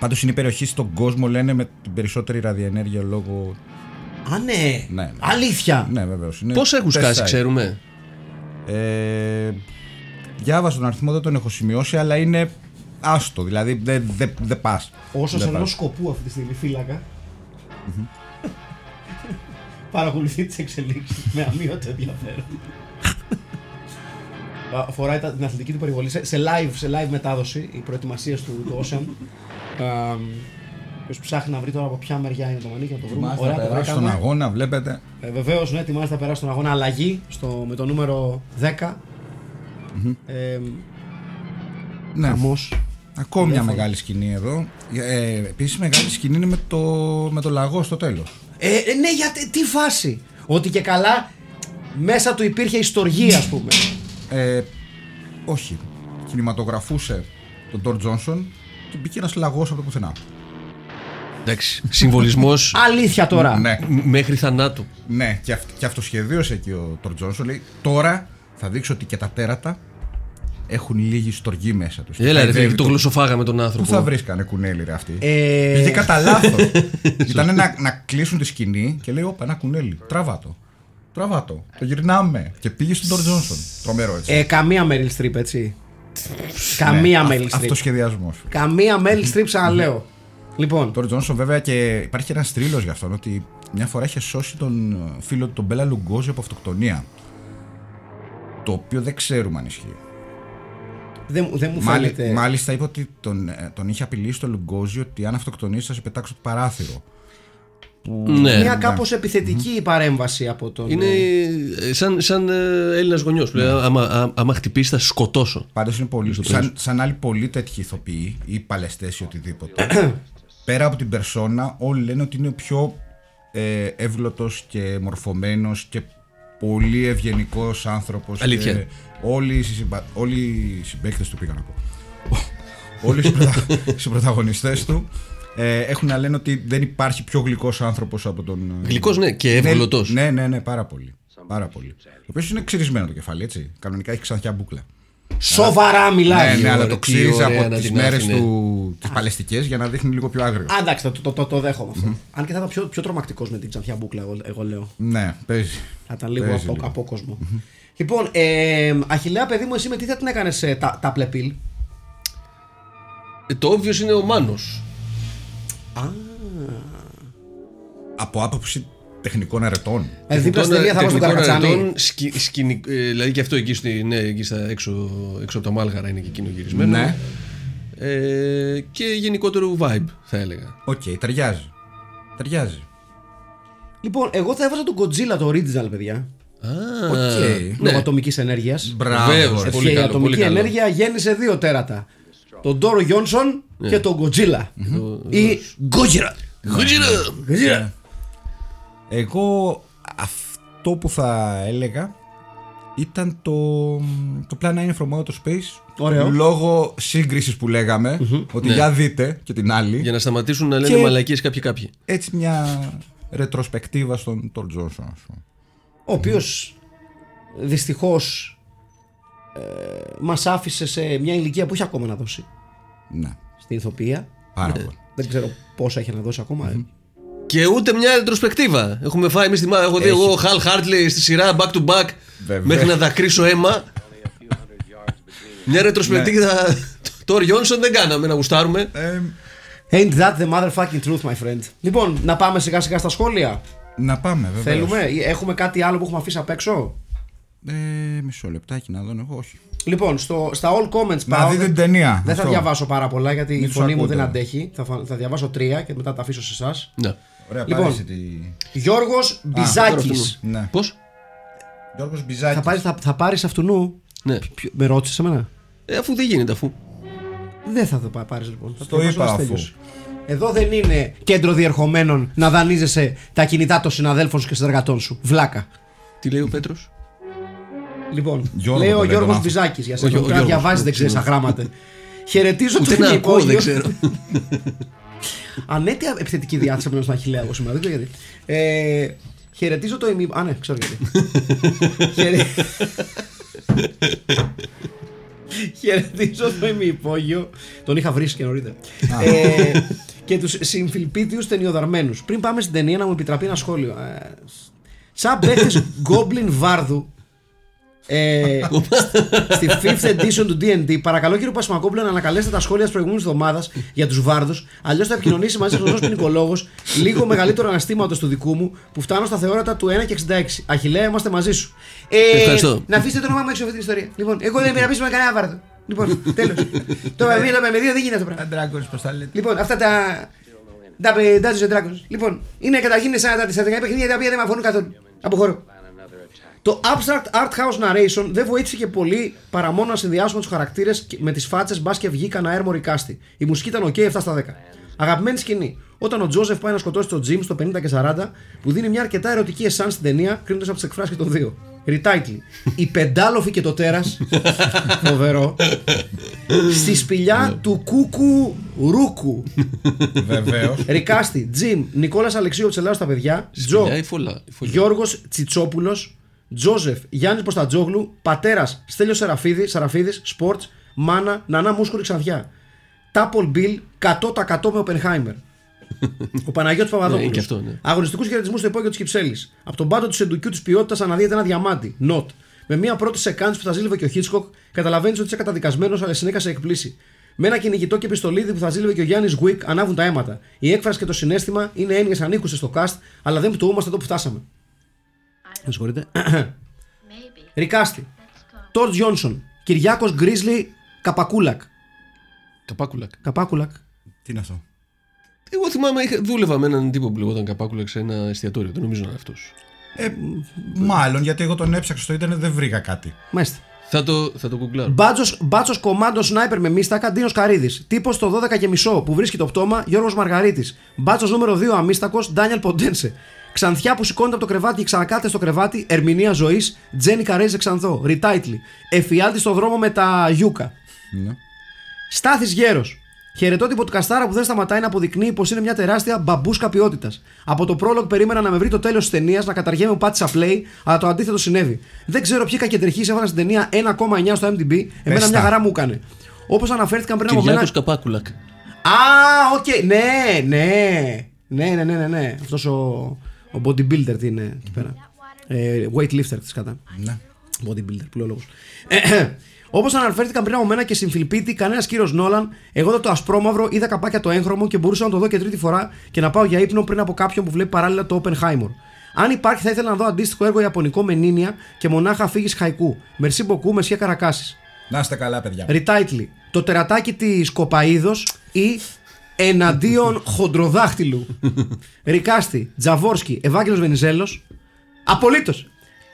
Πάντω είναι η περιοχή στον κόσμο, λένε, με την περισσότερη ραδιενέργεια λόγω.
Α, ναι.
Ναι, ναι.
Αλήθεια.
Ναι, βεβαίως.
Πόσα έχουν σκάσει, ξέρουμε.
Ε, διάβασα τον αριθμό, δεν τον έχω σημειώσει, αλλά είναι άστο. Δηλαδή δεν δε, δε πας.
Όσο
Ναι,
ενό σκοπού αυτή τη στιγμή φύλακα. Παρακολουθεί τις εξελίξεις με αμύωτο ενδιαφέρον. Α, Φοράει τα- την αθλητική του περιβολή σε, σε live, σε live μετάδοση οι προετοιμασίε του, του Ocean. Ποιο ψάχνει να βρει τώρα από ποια μεριά είναι το μανίκι να το βρούμε. Ωραία, το βρήκαμε.
Στον αγώνα, βλέπετε.
Ε, Βεβαίως, ναι, ετοιμάζεται να περάσεις τον αγώνα αλλαγή στο, με το νούμερο 10. Ε,
Ναι,
χαμός.
ακόμη μια μεγάλη σκηνή εδώ. Ε, Επίσης, μεγάλη σκηνή είναι με το, με το λαγό στο τέλος.
Ε, ε, ναι, γιατί τι φάση. Ότι και καλά μέσα του υπήρχε ιστορία, ας πούμε.
Ε, όχι. Κινηματογραφούσε τον Τόρ Τζόνσον και μπήκε ένας λαγός από το πουθενά.
Εντάξει. Συμβολισμός
Αλήθεια τώρα.
Ναι.
μέχρι θανάτου.
Ναι, και, αυτ, και αυτοσχεδίωσε εκεί ο Τόρ Τζόνσον. Λέει, τώρα θα δείξω ότι και τα τέρατα έχουν λίγη στοργή μέσα τους.
Έλα, ρε, φίλε, το γλωσσοφάγαμε τον άνθρωπο.
Πού θα βρίσκανε κουνέλι ρε αυτοί.
Ε,
Πήγε κατά λάθος. Ήταν να, να κλείσουν τη σκηνή και λέει: Όπα, ένα κουνέλι. Τραβά το. Τραβά το. Το γυρνάμε. Και πήγε στον Τόρ Τζόνσον. Τρομερό έτσι. Ναι,
ε, καμία Meryl Streep, έτσι. καμία Meryl Streep.
Αυτοσχεδιασμός.
Καμία Meryl Streep, ξαναλέω.
Ναι.
λοιπόν,
Τόρ Τζόνσον, βέβαια, και υπάρχει ένας τρίλο για αυτόν ότι μια φορά είχε σώσει τον ε, φίλο του, τον Μπέλα Λουγκόζη, από αυτοκτονία. Το οποίο δεν ξέρουμε αν ισχύει.
δεν μου- δεν μου
Μάλι-
φαίνεται.
Μάλιστα είπε ότι τον, ε, τον είχε απειλήσει το Λουγκόζι ότι αν αυτοκτονήσει θα σε πετάξω το παράθυρο.
Ναι.
Μια κάπως επιθετική η παρέμβαση από τον.
Είναι ε, σαν, σαν Έλληνας γονιός. Άμα, α- άμα χτυπήσεις, θα σε σκοτώσω.
Πάντως είναι πολύ.
Στο
Σαν,
τέλος.
σαν άλλοι πολλοί τέτοιοι ηθοποιοί ή παλαιστές ή οτιδήποτε. πέρα από την περσόνα, όλοι λένε ότι είναι ο πιο ε, εύγλωτος και μορφωμένος και πολύ ευγενικός άνθρωπος.
Αλήθεια.
Όλοι, οι συμπα- όλοι οι συμπαίκτες του πήγαν να πω. όλοι οι πρωτα... συμπροταγωνιστέ του ε, έχουν να λένε ότι δεν υπάρχει πιο γλυκός άνθρωπος από τον. ε,
Γλυκός, ναι, και
Ναι,
εύγλωτο.
Ναι, ναι, ναι, πάρα πολύ. Πάρα πολύ. Το οποίος είναι ξυρισμένο το κεφάλι, έτσι. Κανονικά έχει ξανθιά μπουκλα.
Σοβαρά μιλάει.
Ναι, ναι, αλλά
ωραία,
το
τι
ξύριζε
ωραία
από
να
τις
την
μέρες
άφηνε.
του τις παλαιστικές για να δείχνει λίγο πιο άγριο.
Α, εντάξει, το, το, το, το δέχομαι αυτό. Αν και θα ήταν πιο, πιο τρομακτικός με την ξανθιά μπουκλα, εγώ, εγώ λέω.
Ναι, παίζει.
Θα ήταν λίγο
Παίζει
από, από κόσμο. Λοιπόν, ε, Αχιλέα, παιδί μου, εσύ με τι θα την έκανες τα, τα πλεπίλ.
Ε, Το όβιο είναι ο Μάνος.
Από άποψη τεχνικών αρετών.
Ε, δίπλα
Λοιπόν,
στην Ελία θα βάλω τον Καρακατσάνη.
δηλαδή και αυτό εκεί, στη, ναι, εκεί στα έξω, έξω από τα Μάλγαρα είναι και εκείνο γυρισμένο.
Ναι,
Ε, και γενικότερο vibe, θα έλεγα.
οκ, ταιριάζει. Ταιριάζει.
Λοιπόν, εγώ θα έβαζα τον Godzilla το original, παιδιά.
Α,
Οκ.
Λόγω ατομικής ενέργειας.
Μπράβο.
Βεβαίως.
ρε.
πολύ
Και η
καλό, πολύ
ατομική
καλό.
ενέργεια γέννησε δύο τέρατα. Τον Ντόρο Γιόνσον και τον Godzilla. Ή Γκόγιρα.
Γουτζιρά!
Ναι. Εγώ αυτό που θα έλεγα ήταν το, το Plan 9 from Outer Space.
Ωραίο.
Λόγω σύγκρισης που λέγαμε, ότι για δείτε και την άλλη.
ναι. Για να σταματήσουν να λένε
Και-
μαλακίες κάποιοι κάποιοι.
Έτσι μια ρετροσπεκτίβα στον Τόρ Τζόνσον, ας πούμε.
Ο οποίος δυστυχώς μα ε, άφησε σε μια ηλικία που είχε ακόμα να δώσει
Ναι,
στην ηθοποιία.
πάρα
Ε.
πολύ.
Δεν ξέρω πόσα έχει να δώσει ακόμα. ε.
Και ούτε μια ρετροσπεκτίβα. Έχουμε φάει εμείς τη μάχη. Έχω δει εγώ Χαλ Χάρτλι στη σειρά back to back
Βεβαίως.
μέχρι να δακρύσω αίμα. μια ρετροσπεκτίβα.
Ναι.
Το Ριόνσον δεν κάναμε να γουστάρουμε.
Ε,
Ain't that the motherfucking truth, my friend. Λοιπόν, να πάμε σιγά σιγά στα σχόλια.
να πάμε, βέβαια.
Θέλουμε, ή έχουμε κάτι άλλο που έχουμε αφήσει απ' έξω.
Ε, μισό λεπτάκι να δω εγώ, όχι.
Λοιπόν, στο, στα all comments
Να
πάω.
δείτε
Δεν-
την ταινία,
Δεν θα
αυτό.
διαβάσω πάρα πολλά γιατί η
Μην τους
φωνή μου
ακούτε.
δεν αντέχει. Θα, φα- θα διαβάσω τρία και μετά τα αφήσω σε εσάς.
Ναι.
Ωραία,
Λοιπόν.
πάρε τη...
Γιώργος Μπιζάκη.
Ναι.
Πώς?
Γιώργος Μπιζάκης.
Θα πάρεις θα, θα πάρεις αυτού
Ναι.
Με ρώτησες εμένα.
Ε, αφού δεν γίνεται, αφού.
Δεν θα το πάρεις λοιπόν. Θα
Στο
διαβάσω
είπα
όταν
αφού.
τελειώσει. Εδώ δεν είναι κέντρο διερχομένων να δανείζεσαι τα κινητά των συναδέλφων σου και συνεργατών σου. Βλάκα.
Τι λέει ο Πέτρος.
Λοιπόν,
Γιώργο
λέει
το
ο
λέει τον
Γιώργος
άνθρωπο.
Μπιζάκης για
Ο
σένα.
Γιώ- ο
Τώρα
Γιώργος,
διαβάζει,
ναι,
δεν ξέρεις τα
συγγνώμη.
γράμματα. Χαιρετίζω
Ούτε
τον
να ακούω, δεν
υπόγειο.
ξέρω.
Ανέτεια επιθετική διάθεση απέναντι στον Αχιλέα εγώ σήμερα. Δεν ξέρω γιατί. Ε, χαιρετίζω το ημι... Α, ναι, ξέρω γιατί. Χαιρε... χαιρετίζω το ημιυπόγειο. Τον είχα βρει και νωρίτερα. ε, και τους συμφιλπίτιους ταινιοδαρμένους. Πριν πάμε στην ταινία, να μου επιτραπεί ένα σχόλιο. Ε, σαν παίχτε Goblin Βάρδου. Ε, στη 5th edition του DND, παρακαλώ κύριο Πασμακόπουλο να ανακαλέσετε τα σχόλια της προηγούμενης εβδομάδας για τους βάρδους. Αλλιώς θα επικοινωνήσει μαζί σας ο ποινικολόγος λίγο μεγαλύτερο αναστήματος του δικού μου που φτάνω στα θεόρατα του 1 και 66. Αχηλέα, είμαστε μαζί σου. Ε,
Ευχαριστώ.
Να αφήσετε το όνομά μου έξω από αυτή την ιστορία. Λοιπόν, εγώ δεν πειραπίσω με κανένα βάρδο. Λοιπόν, τέλος. Τώρα μίλαμε με δύο, δεν γίνεται αυτό πράγμα.
Τα Dragons, πώς τα λέτε.
Λοιπόν, αυτά τα. Τα ε, Dungeons and Dragons. Λοιπόν, είναι καταρχήν σαν τα στρατηγικά παιχνίδια τα οποία δεν με αφορούν καθόλου. Αποχωρώ. Το Abstract Art House Narration δεν βοήθησε και πολύ παρά μόνο να συνδυάσουμε τους χαρακτήρες με τις φάτσες μπας και βγήκαν αέρμοροι κάστη. Η μουσική ήταν OK 7 στα 10. Αγαπημένη σκηνή. Όταν ο Τζόζεφ πάει να σκοτώσει τον Τζιμ στο 50 και 40, που δίνει μια αρκετά ερωτική εσάν στην ταινία, κρίνοντας από τις εκφράσεις και των δύο. Retitle. Η πεντάλοφη και το τέρας. Φοβερό. Στη σπηλιά του κούκου ρούκου.
Βεβαίως.
Ρικάστη, Τζιμ, Νικόλας Αλεξίου Ψελάου στα παιδιά, Τζο,
Φιλιά ή φωλά. ή φωλιά.
Γιώργος Τσιτσόπουλος, Τζόζεφ, Γιάννης Ποστατζόγλου, Πατέρας, Στέλιο Σαραφίδη, Σαραφίδης, Σπορτ, Μάνα, Νανά Μούσκουρη Ξανθιά. Τάπολ Μπιλ, 100% τα 100 με Οπενχάιμερ. Ο Παναγιώτης
Ναι,
Παπαδόπουλος.
και αυτό, ναι.
Αγωνιστικούς χαιρετισμούς στο υπόγειο της Κυψέλης. Από τον πάτο του σεντουκιού της ποιότητας αναδύεται ένα διαμάντι. Νοτ. Με μία πρώτη σεκάνση που θα ζήλευε και ο Χίτσκοκ, καταλαβαίνεις ότι είσαι καταδικασμένος, αλλά συνέχεια σε εκπλήσει. Με ένα κυνηγητό και πιστολίδι που θα ζήλευε και ο Γιάννης Γουικ ανάβουν τα αίματα. Η έκφραση και το συνέστημα είναι έννοιες ανήκουσες στο cast, αλλά δεν πτωούμαστε εδώ που φτάσαμε. Με συγχωρείτε.
Maybe.
Ρικάστη. Τόρτ Γιόνσον. Κυριάκος Γκρίζλι Καπακούλακ.
Καπάκουλακ.
Καπάκουλακ.
Τι είναι αυτό.
Εγώ θυμάμαι, είχα- δούλευα με έναν τύπο που λεγόταν Καπάκουλακ σε ένα εστιατόριο. Δεν νομίζω να είναι αυτός.
Ε, μάλλον γιατί εγώ τον έψαξα στο ίντερνετ δεν βρήκα κάτι.
Μάλιστα.
Θα το, θα το κουκλάρω.
Μπάτσος κομμάντο σνάιπερ με μίστακα, Ντίνος Καρίδης. Τύπος το 12 και μισό που βρίσκει το πτώμα, Γιώργος Μαργαρίτης. Μπάτσος νούμερο 2 αμίστακο, Ντάνιελ Ποντένσε. Ξανθιά που σηκώνεται από το κρεβάτι και ξανακάθεται στο κρεβάτι, Ερμηνεία ζωής, Τζένι Καρέζε Ξανθό. Ριτάιτλι. Εφιάλτη στο δρόμο με τα Γιούκα.
Ναι.
Στάθης Γέρος. Χαιρετώ την Ποτκαστάρα που δεν σταματάει να αποδεικνύει πως είναι μια τεράστια μπαμπούσκα ποιότητας. Από το πρόλογο περίμενα να με βρει το τέλος της ταινίας να καταργέμαι που πάτησα play, αλλά το αντίθετο συνέβη. Δεν ξέρω ποιοι κακεντρεχείς έβαλαν στην ταινία 1,9 στο MDB, εμένα
τα.
μια χαρά μου έκανε. Όπως αναφέρθηκαν πριν από μένα.
Κυριάκος Καπάκουλακ.
Α, οκ, ναι, ναι. Ναι, ναι, ναι, ναι. ναι. Αυτός ο, ο bodybuilder τι είναι εκεί πέρα. Ε, weightlifter της κατά.
ναι.
Bodybuilder, πλειολόγο. Όπως αναφέρθηκαν πριν από μένα και συμφιλπίτη, κανένας κύριος Νόλαν, εγώ είδα το ασπρόμαυρο, είδα καπάκια το έγχρωμο και μπορούσα να το δω και τρίτη φορά και να πάω για ύπνο πριν από κάποιον που βλέπει παράλληλα το Oppenheimer. Αν υπάρχει, θα ήθελα να δω αντίστοιχο έργο Ιαπωνικό με νίνια και μονάχα φύγεις χαϊκού. Μερσή μποκού, μεσιά καρακάσης.
Να είστε καλά, παιδιά.
Ριτάιτλι. Το τερατάκι της Κοπαίδος ή εναντίον χοντροδάχτυλου. Ρικάστη, Τζαβόρσκι, Ευάγγελος Βενιζέλος. Απολύτως.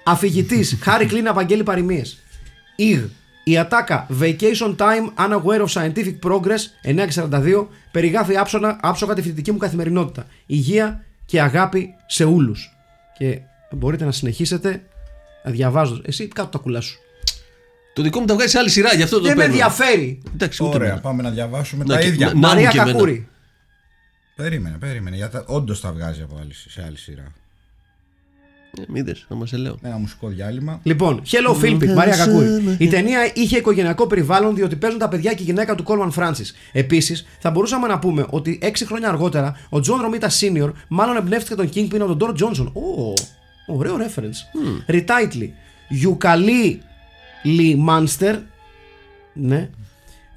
Αφηγητής, Χάρη Κλίν, Απαγγέλη Παριμίε. Ιγ. Η ατάκα Vacation Time Unaware of Scientific Progress 942 περιγράφει άψονα, άψογα τη φοιτητική μου καθημερινότητα. Υγεία και αγάπη σε όλους. Και μπορείτε να συνεχίσετε διαβάζοντας. Εσύ κάτω τα κουλά σου.
Το δικό μου τα βγάζει σε άλλη σειρά, γι' αυτό το
Δεν με
παίρνω.
ενδιαφέρει.
Εντάξει, ούτε
Ωραία,
εμένα.
πάμε να διαβάσουμε
Να
τα
και-
ίδια.
να- να-
Μαρία
μου και εμένα.
Κακούρη.
Περίμενε, περίμενε. Γιατί όντως τα βγάζει από άλλη, σε άλλη σειρά.
Ε, μη είδες, άμα σε λέω.
Ναι, Ένα μουσικό διάλειμμα.
Λοιπόν, Hello Philpit, Μαρία Κακούρη. Η ταινία είχε οικογενειακό περιβάλλον διότι παίζουν τα παιδιά και η γυναίκα του Κόλμαν Φράνσις. Επίσης, θα μπορούσαμε να πούμε ότι 6 χρόνια αργότερα ο Τζον Ρομίτα Senior μάλλον εμπνεύστηκε τον Kingpin από τον Ντόρ Τζόνσον. Ω, ωραίο reference. Ριτάιτλι. Γιουκαλί Λι Μάνστερ. Ναι.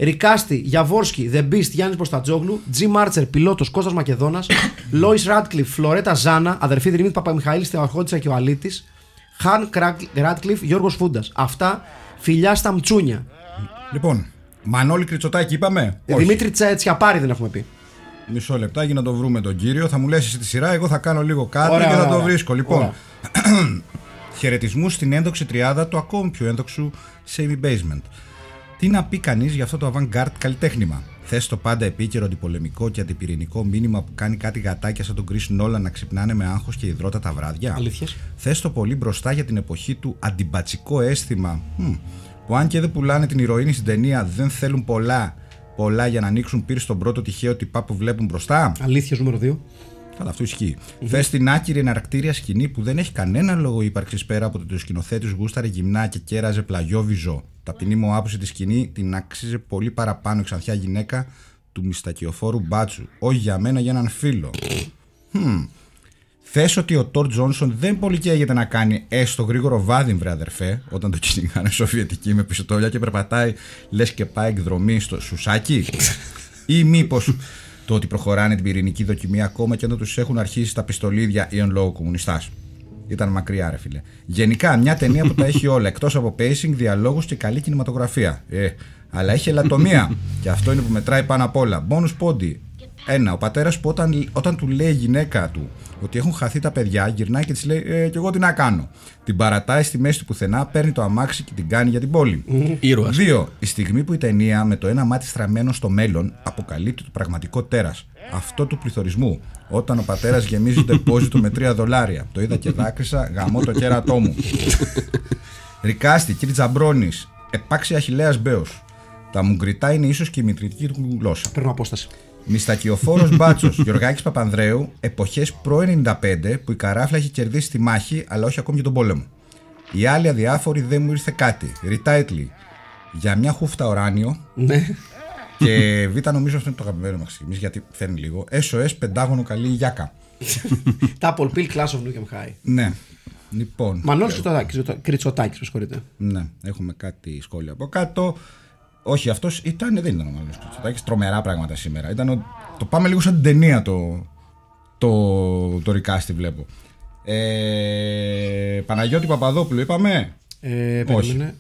Ρικάστη, Γιαβόρσκι, The Beast, Γιάννης Ποστατζόγλου, Τζι Μάρτσερ, πιλότος Κώστας Μακεδόνας, Λόι Ράτκλιφ, Φλωρέτα Ζάνα, αδερφή Δημήτρη Παπαμιχαήλ, Θεοχόντσα και ο Αλήτη, Χαν Ράτκλιφ, Γιώργος Φούντας. Αυτά φιλιά στα μτσούνια.
Λοιπόν, Μανώλη Κριτσοτάκη είπαμε. Όχι.
Δημήτρη Τσιαπάρη δεν έχουμε πει.
Μισό λεπτά για να το βρούμε τον κύριο. Θα μου λες εσύ τη σειρά, εγώ θα κάνω λίγο κάτω
Ωραία,
και θα
ωραία,
το
ωραία.
βρίσκω. Λοιπόν,
Ωραία.
χαιρετισμού στην ένδοξη τριάδα του ακόμη πιο ένδοξου semi basement. Τι να πει κανείς για αυτό το avant-garde καλλιτέχνημα. Θες το πάντα επίκαιρο αντιπολεμικό και αντιπυρηνικό μήνυμα που κάνει κάτι γατάκια σαν τον Chris Nolan να ξυπνάνε με άγχος και υδρότα τα βράδια.
Αλήθειες.
Θες το πολύ μπροστά για την εποχή του Hm. αντιμπατσικό αίσθημα. Μμμ. που αν και δεν πουλάνε την ηρωίνη στην ταινία, δεν θέλουν πολλά Πολλά για να ανοίξουν πύρ στον πρώτο τυχαίο τυπά που βλέπουν μπροστά.
Αλήθειας νούμερο 2.
Καλά, αυτό ισχύει. Θες την άκυρη εναρκτήρια σκηνή που δεν έχει κανένα λόγο ύπαρξης πέρα από το ότι ο σκηνοθέτης γούσταρε γυμνά και κέραζε πλαγιόβιζο. Ταπεινή μου άποψη της σκηνή την άξιζε πολύ παραπάνω η ξανθιά γυναίκα του μιστακιοφόρου μπάτσου. Όχι για μένα, για έναν φίλο. Χμ. Θες ότι ο Τόρ Τζόνσον δεν πολύ καίγεται να κάνει έστω γρήγορο βάδιμβρε, αδερφέ, όταν το κυνηγάνε Σοβιετικοί με πιστόλια και περπατάει, λες και πάει εκδρομή στο σουσάκι. ή μήπως το ότι προχωράνε την πυρηνική δοκιμή ακόμα και όταν τους έχουν αρχίσει τα πιστολίδια ή εν λόγω κομμουνιστάς. Ήταν μακριά, ρε φίλε. Γενικά, μια ταινία που τα έχει όλα εκτός από pacing, διαλόγους και καλή κινηματογραφία. Ε, αλλά έχει ελαττωμία. και αυτό είναι που μετράει πάνω απ' όλα. Μπόνου πόντι. Ένα, ο πατέρας που όταν, όταν του λέει η γυναίκα του ότι έχουν χαθεί τα παιδιά, γυρνάει και της λέει: ε, Κι εγώ τι να κάνω. Την παρατάει στη μέση του πουθενά, παίρνει το αμάξι και την κάνει για την πόλη.
Ήρωας.
Δύο, η στιγμή που η ταινία με το ένα μάτι στραμμένο στο μέλλον αποκαλύπτει το πραγματικό τέρας. Αυτό του πληθωρισμού. Όταν ο πατέρας γεμίζει το επόζητο με 3 δολάρια. Το είδα και δάκρυσα, γαμώ το κέρατό μου. Ρικάστη, κύριε Τζαμπρόνη, επάξια Αχηλέα Μπέος. Τα μουγκριτά είναι ίσως και η μητρική του γλώσσα.
Παίρνω απόσταση.
Μιστακιοφόρο Μπάτσο, Γιωργάκη Παπανδρέου, εποχές προ-95 που η καράφλα έχει κερδίσει τη μάχη, αλλά όχι ακόμη και τον πόλεμο. Οι άλλοι αδιάφοροι δεν μου ήρθε κάτι. Ριτάιτλι. Για μια χούφτα ουράνιο.
Ναι.
Και β' νομίζω αυτό είναι το αγαπημένο μας εμεί, γιατί φέρνει λίγο. SOS πεντάγωνο καλή γιάκα.
Τα Pill Class of Nukem High.
Ναι. Λοιπόν.
Μανώλης Κριτσοτάκης, με συγχωρείτε.
Ναι, έχουμε κάτι σχόλια από κάτω. Όχι, αυτός ήταν, δεν ήταν ο Μανώλης Κουτσοτάκης. Τρομερά πράγματα σήμερα. Ήταν ο- το πάμε λίγο σαν την ταινία το, το, το recast, βλέπω. Ε, Παναγιώτη Παπαδόπουλο, είπαμε.
Ε,
Όχι.
περίμενε.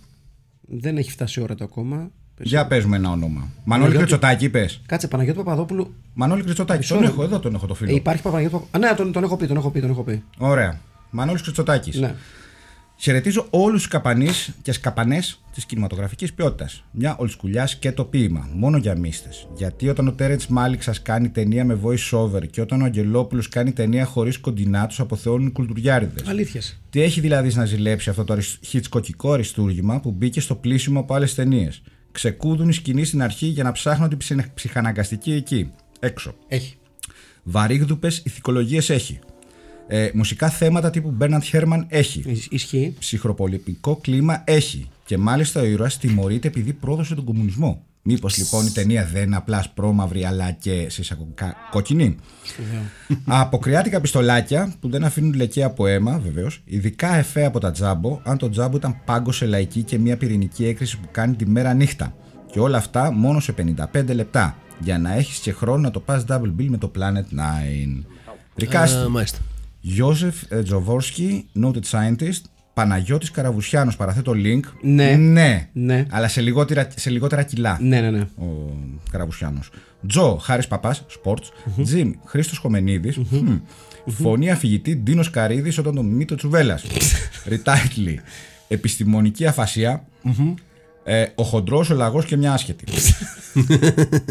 Δεν έχει φτάσει η ώρα του ακόμα.
Για παίζουμε ένα όνομα. Μανώλη
Παναγιώτη.
Κριτσοτάκη, είπε.
Κάτσε, Παναγιώτη Παπαδόπουλου.
Μανώλη Κριτσοτάκη. Τον
Sorry.
έχω, εδώ τον έχω το φίλο.
Ε, υπάρχει Παπαγιώτη Παπαδόπουλου. Ναι, τον, τον έχω πει, τον έχω πει. Τον έχω πει.
Ωραία. Μανώλης Κριτσοτάκη.
Ναι.
Χαιρετίζω όλους τους καπανείς και σκαπανές της κινηματογραφικής ποιότητας. Μια ολσκουλιά και το ποίημα, μόνο για μίστε. Γιατί όταν ο Τέρετ Μάλικ σας κάνει ταινία με voice over και όταν ο Αγγελόπουλος κάνει ταινία χωρίς κοντινά τους αποθεώνουν κουλτουριάριδες.
Αλήθειας.
Τι έχει δηλαδή να ζηλέψει αυτό το αρισ- χιτσκοκικό αριστούργημα που μπήκε στο πλήσιμο από άλλες ταινίες. Ξεκούδουν οι σκηνή στην αρχή για να ψάχνω την ψυχα- ψυχαναγκαστική εκεί, έξω.
Έχει.
Βαρύγδουπες ηθικολογίες έχει. Ε, μουσικά θέματα τύπου Μπέρναντ Χέρμαν έχει
Ισ- Ισχύει.
ψυχροπολιτικό κλίμα έχει. Και μάλιστα ο ήρωας τιμωρείται επειδή πρόδωσε τον κομμουνισμό. Μήπως λοιπόν η ταινία δεν είναι απλά πρόμαυρη αλλά και σε εισαγωγικά κόκκινη. Αποκριάτικα πιστολάκια που δεν αφήνουν λεκέ από αίμα, βεβαίως, ειδικά εφέ από τα τζάμπο, αν το τζάμπο ήταν πάγκο σε λαϊκή και μια πυρηνική έκρηση που κάνει τη μέρα νύχτα. Και όλα αυτά μόνο σε 55 λεπτά. Για να έχεις και χρόνο να το πας double bill με το Planet 9. Ρικάστη.
Α, Μάλιστα.
Γιώσεφ ε, Τζοβόρσκι, noted scientist. Παναγιώτης Καραβουσιάνος, παραθέτω link.
Ναι.
Ναι.
Ναι.
Αλλά σε λιγότερα, σε λιγότερα κιλά.
Ναι, ναι, ναι.
Ο Καραβουσιάνος. Τζο Χάρης Παπάς, sports. Τζιμ Χρήστος Χομενίδη. Χμ. Φωνή αφηγητή Ντίνος Καρίδης όταν το μιμεί το τσουβέλα. Ριτάιτλι. Επιστημονική αφασία. Ε, ο χοντρός, ο λαγός και μια άσχετη.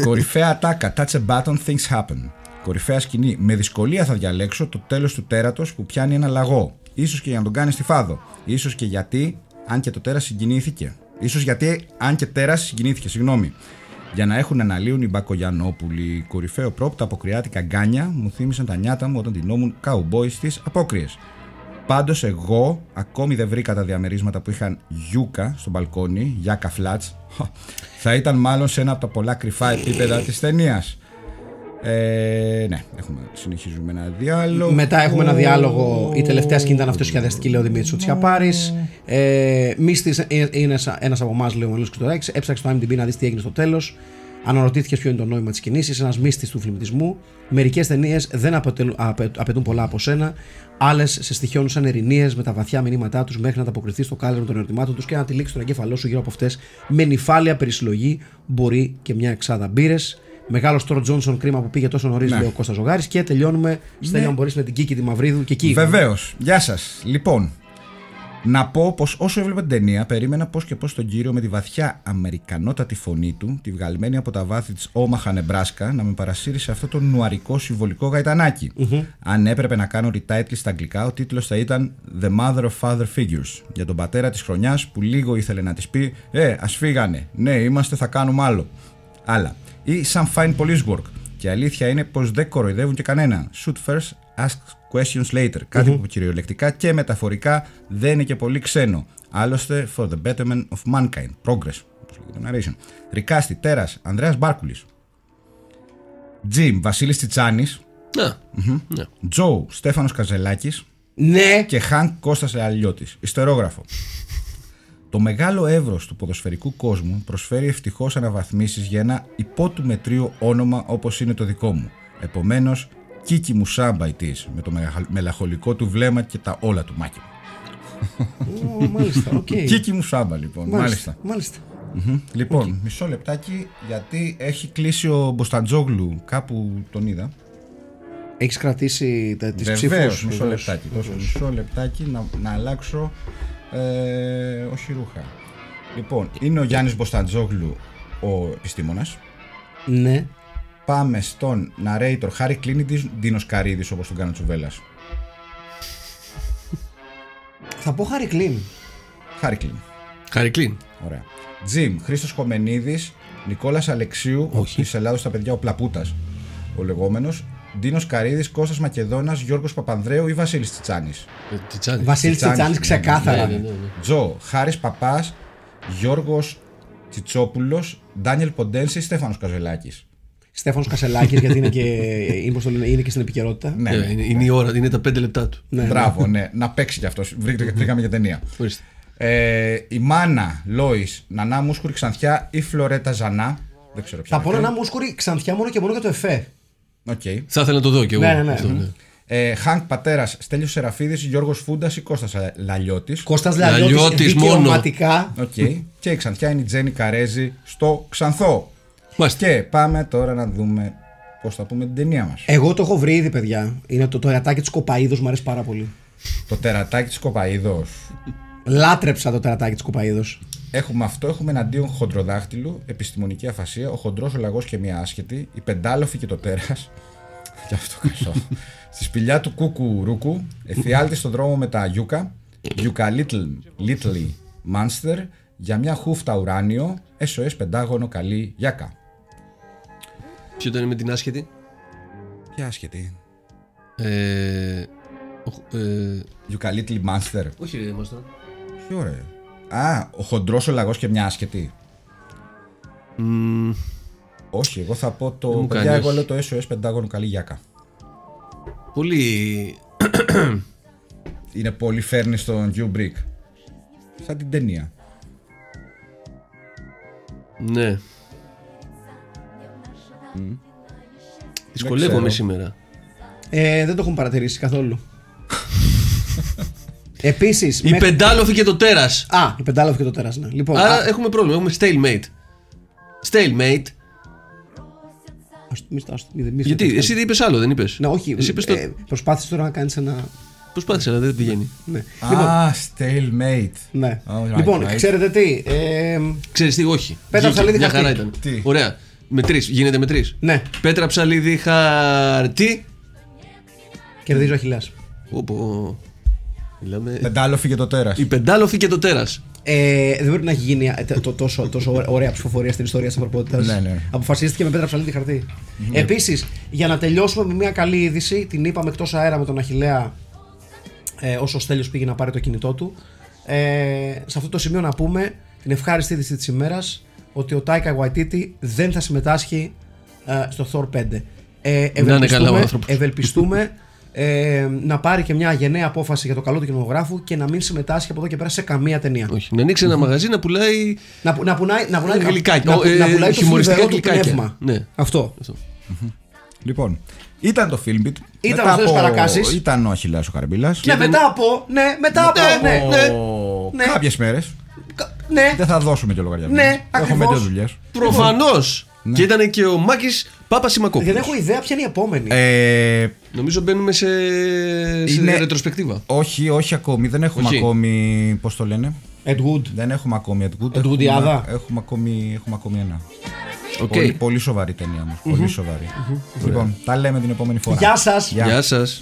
Κορυφαία ατάκα. Touch a button, things happen. Κορυφαία σκηνή. Με δυσκολία θα διαλέξω το τέλος του τέρατος που πιάνει ένα λαγό. σω και για να τον κάνεις στιφάδο. σω και γιατί, αν και το τέρας συγκινήθηκε. σω γιατί, αν και τέρας συγκινήθηκε, συγγνώμη. Για να έχουν αναλύουν οι Μπακογιανόπουλοι. Κορυφαίο πρόπ, τα αποκριάτικα γκάνια μου θύμισαν τα νιάτα μου όταν τεινόμουν καουμπόι στις απόκριες. Πάντως εγώ ακόμη δεν βρήκα τα διαμερίσματα που είχαν γιούκα στο μπαλκόνι, γιάκα φλάτ. Θα ήταν μάλλον σε ένα από τα πολλά κρυφά επίπεδα της ταινίας. Ε, ναι, έχουμε, συνεχίζουμε ένα διάλογο.
Μετά έχουμε ένα διάλογο. Η τελευταία σκηνή ήταν αυτοσχεδιαστική, λέει ο Δημήτρης Τσιαπάρη. Ε, Μίστη είναι ένας από εμάς, λέει ο Μανώλη Κουτοράκη. Έψαξε το IMDb να δεις τι έγινε στο τέλος. Αναρωτήθηκε ποιο είναι το νόημα της κινήσης. Ένας μίστη του φιλμιτισμού. Μερικές ταινίες δεν αποτελούν- απαι- απαιτούν πολλά από σένα. Άλλες σε στοιχειώνουν σαν ερηνίες με τα βαθιά μηνύματά τους μέχρι να ανταποκριθείς στο κάλεσμα των ερωτημάτων τους και να τυλίξει τον εγκέφαλό σου γύρω από αυτές με νυφάλια περισυλλογή. Μπορεί και μια εξάδα μπύρες. Μεγάλος Τόρ Τζόνσον, κρίμα που πήγε τόσο νωρίς,
Ναι.
λέει ο Κώστας Ζωγάρη. Και τελειώνουμε, Στέλιο, αν μπορεί με την Κίκη τη Μαυρίδου και εκεί.
Βεβαίως. Γεια σας. Λοιπόν, να πω πως όσο έβλεπα την ταινία, περίμενα πώς και πώς τον κύριο με τη βαθιά αμερικανότατη φωνή του, τη βγαλμένη από τα βάθη της Όμαχα Νεμπράσκα, να με παρασύρει σε αυτό το νουαρικό συμβολικό γαϊτανάκι. Αν έπρεπε να κάνω retitle στα αγγλικά, ο τίτλος θα ήταν The Mother of Father Figures. Για τον πατέρα της χρονιάς που λίγο ήθελε να της πει Ε, ας φύγανε. Ναι, είμαστε, θα κάνουμε άλλο. Αλλά ή Some Fine Police Work. Και η αλήθεια είναι πως δεν κοροϊδεύουν και κανένα. Shoot first, ask questions later. κατι που κυριολεκτικά και μεταφορικά δεν είναι και πολύ ξένο. Άλλωστε, for the betterment of mankind. Progress. Όπως λέγεται το narration. Ρικάστη, Τέρας, Ανδρέας Μπάρκουλης. Τζιμ, Βασίλης Τσιτσάνης.
Να. Ναι.
Τζο, Στέφανος Καζελάκης.
Ναι.
και Χανκ Κώστας Αλιώτης, ιστερόγραφο. Το μεγάλο εύρος του ποδοσφαιρικού κόσμου προσφέρει ευτυχώς αναβαθμίσεις για ένα υπό του μετρίου όνομα όπως είναι το δικό μου. Επομένως, Κίκι μου σάμπαϊτής με το μεγαχα- μελαγχολικό του βλέμμα και τα όλα του μάκη μου.
Ω, Μάλιστα, οκ.
Κίκι μου σάμπα λοιπόν, μάλιστα.
Μάλιστα.
Λοιπόν, μισό λεπτάκι γιατί έχει κλείσει ο Μποσταντζόγλου, κάπου τον είδα.
Έχεις κρατήσει τα- τις
Βεβαίως,
ψήφους.
μισό
βεβαίως.
λεπτάκι. Δώσε μισό λεπτάκι να, να αλλάξω. Ε, όχι ρούχα. Λοιπόν, είναι ο Γιάννης Μποσταντζόγλου ο επιστήμονας.
Ναι.
Πάμε στον narrator Χάρη Κλίνιντι Ντίνος Καρίδης όπως τον κάνω τσουβέλας.
Θα πω Χάρη Κλίν.
Χάρη Κλίν.
Χαρικλίν.
Ωραία. Τζιμ, Χρήστος Χομενίδης, Νικόλας Αλεξίου,
Όχι.
της Ελλάδος στα παιδιά, ο Πλαπούτας, ο λεγόμενος, Ντίνος Καρίδης, Κώστας Μακεδόνας, Γιώργος Παπανδρέου ή Βασίλης Τσιτσάνης.
Ε, Τιτσάνη.
Βασίλης Τσιτσάνης
Τσιτσάνης,
ξεκάθαρα.
ναι, ναι, ναι.
Τζο, Χάρης Παπάς, Γιώργος Τσιτσόπουλος, Ντάνιελ Ποντένση, Στέφανος Καζελάκης.
Στέφανος Κασελάκη, γιατί είναι και, είναι, πώς το λένε, είναι και στην επικαιρότητα.
Ναι,
Ε, Είναι, είναι η ώρα, είναι τα πέντε λεπτά του.
ναι.
μπράβο, ναι. Να παίξει κι αυτός. Βρήκε- Βρήκαμε για ταινία.
Ορίστε.
Ε, η Μάνα, Λόις, Νανά Μούσκουρη Ξανθιά ή Φλωρέτα Ζανά. Δεν ξέρω ποια.
Θα πω
είναι.
να μου σκουρεί ξανθιά μόνο και μόνο για το εφέ.
Οκ.
Θα ήθελα να το δω κι εγώ.
Ναι, ναι, ναι.
αυτό,
Ε, Χανκ Πατέρας, Στέλιος Σεραφίδης, Γιώργος Φούντας ή Κώστας Λαλιώτης.
Κώστας Λαλιώτης
Λαλιώτης
δικαιωματικά.
Οκ. και η Ξανθιά είναι η Τζέννη Καρέζη στο Ξανθό.
Μάλιστα.
Και πάμε τώρα να δούμε πώς θα πούμε την ταινία μας.
Εγώ το έχω βρει ήδη, παιδιά. Είναι το, το ατάκι της Κοπαίδος, μου αρέσει πάρα πολύ.
Το τερατάκι της Κοπαίδος.
Λάτρεψα το τερατάκι της Κοπαίδος.
Έχουμε αυτό, έχουμε εναντίον χοντροδάχτυλου, επιστημονική αφασία, ο χοντρός ο λαγός και μια άσχετη, η πεντάλοφη και το τέρας. Γι' αυτό καλό. Στη σπηλιά του κούκου ρούκου, εφιάλτη στον δρόμο με τα γιούκα, γιούκα little, little monster, για μια χούφτα ουράνιο, SOS πεντάγωνο καλή γιάκα.
Ποιο ήταν με την άσχετη.
Ποια άσχετη.
Ε, ο- ε,
Γιούκα little monster.
όχι ρε Μάστορα.
Ποιο ρε. Α, ο χοντρός ο λαγός και μια άσχετη. Όχι, εγώ θα πω
Δεν
το.
μου
Παιδιά,
κάνεις,
εγώ
όχι.
λέω το SOS Πεντάγωνο Καλή Γιάκα.
Πολύ...
Είναι πολύ φέρνει στον Hugh Brick. Σαν την ταινία.
Ναι. Δυσκολεύομαι
ξέρω.
σήμερα.
Ε, δεν το έχουν παρατηρήσει καθόλου. Επίσης.
Η πεντάλοφη και το τέρας.
Α, η πεντάλαβη και το τέρας. Ναι. Λοιπόν,
Άρα
α,
έχουμε πρόβλημα. Έχουμε stalemate. Stalemate.
ας- μη στα- ας- μη- μη-
Γιατί,
μη-
εσύ δεν είπες άλλο, δεν είπες.
Ναι, όχι.
Εσύ είπες το.
ε, προσπάθησες τώρα να κάνεις ένα.
Προσπάθησα, αλλά δεν πηγαίνει.
Ναι. λοιπόν,
Α, stalemate.
ναι.
Alright,
λοιπόν
right.
ξέρετε τι. Ε,
Ξέρεις τι, όχι.
Πέτρα,
Βγήκε.
ψαλίδι,
Μια
χαρτί.
χαρά ήταν.
Τι?
Ωραία. Με τρεις. Γίνεται με τρεις.
ναι,
Πέτρα, ψαλίδι, χαρτί.
κερδίζει ο Αχιλιάς.
Όπω. Μιλάμε.
Πεντάλοφη για το τέρας.
Η πεντάλοφη και το τέρας.
Ε, δεν πρέπει να έχει γίνει ε, το, το- τόσο, τόσο ωρα- ωραία ψηφοφορία στην ιστορία της ανθρωπότητας.
Ναι, ναι.
Αποφασίστηκε με πέτρα ψαλίδι χαρτί.
Ναι.
Επίσης, για να τελειώσουμε με μια καλή είδηση, την είπαμε εκτός αέρα με τον Αχηλέα ε, όσο ο Στέλιος πήγε να πάρει το κινητό του. Ε, σε αυτό το σημείο να πούμε την ευχάριστη είδηση της ημέρας ότι ο Τάικα Γουαϊτίτη δεν θα συμμετάσχει ε, στο Thor 5. Ε,
είναι καλά ο
ευελπιστούμε,
άνθρωπος.
ευελπιστούμε ε, να πάρει και μια γενναία απόφαση για το καλό του κινηματογράφου και να μην συμμετάσχει από εδώ και πέρα σε καμία ταινία.
Όχι. Να ανοίξει ένα μαγαζί να πουλάει.
Λοιπόν.
Να, που- να πουλάει, να πουλάει,
Γλυκάκια.
να,
Ε,
να πουλάει το
χιουμοριστικά
θλιβερό του
γλυκάκια.
πνεύμα.
Ναι.
Αυτό.
Λοιπόν, ήταν το Filmbit.
Ήταν ο Στέλιος Καρακάσης.
Ήταν ο Αχιλάς ο Χαρμπίλας.
Και Ναι, μετά από, ναι, μετά από, ναι, ναι, ναι.
Κάποιες μέρες.
κα- ναι,
Δεν θα δώσουμε και λογαριασμό.
Ναι,
Έχουμε
ακριβώς.
δύο δουλειές.
Προφανώς.
Ναι.
Και ήταν και ο Μάκης Πάπα Σιμακόπουλος.
δεν έχω ιδέα ποια είναι η επόμενη.
Ε,
Νομίζω μπαίνουμε σε, σε
Είναι-
ρετροσπεκτίβα.
όχι, όχι ακόμη. Δεν έχουμε
Όχι.
ακόμη. Πώς το λένε.
Ed Wood.
Δεν έχουμε ακόμη Ed Wood.
Ed Wood, Ιάδα.
έχουμε, έχουμε, ακόμη, έχουμε ακόμη ένα.
Οκ.
Πολύ, πολύ σοβαρή ταινία όμως. Πολύ σοβαρη Λοιπόν, τα λέμε την επόμενη φορά.
Γεια σας.
Γεια σας.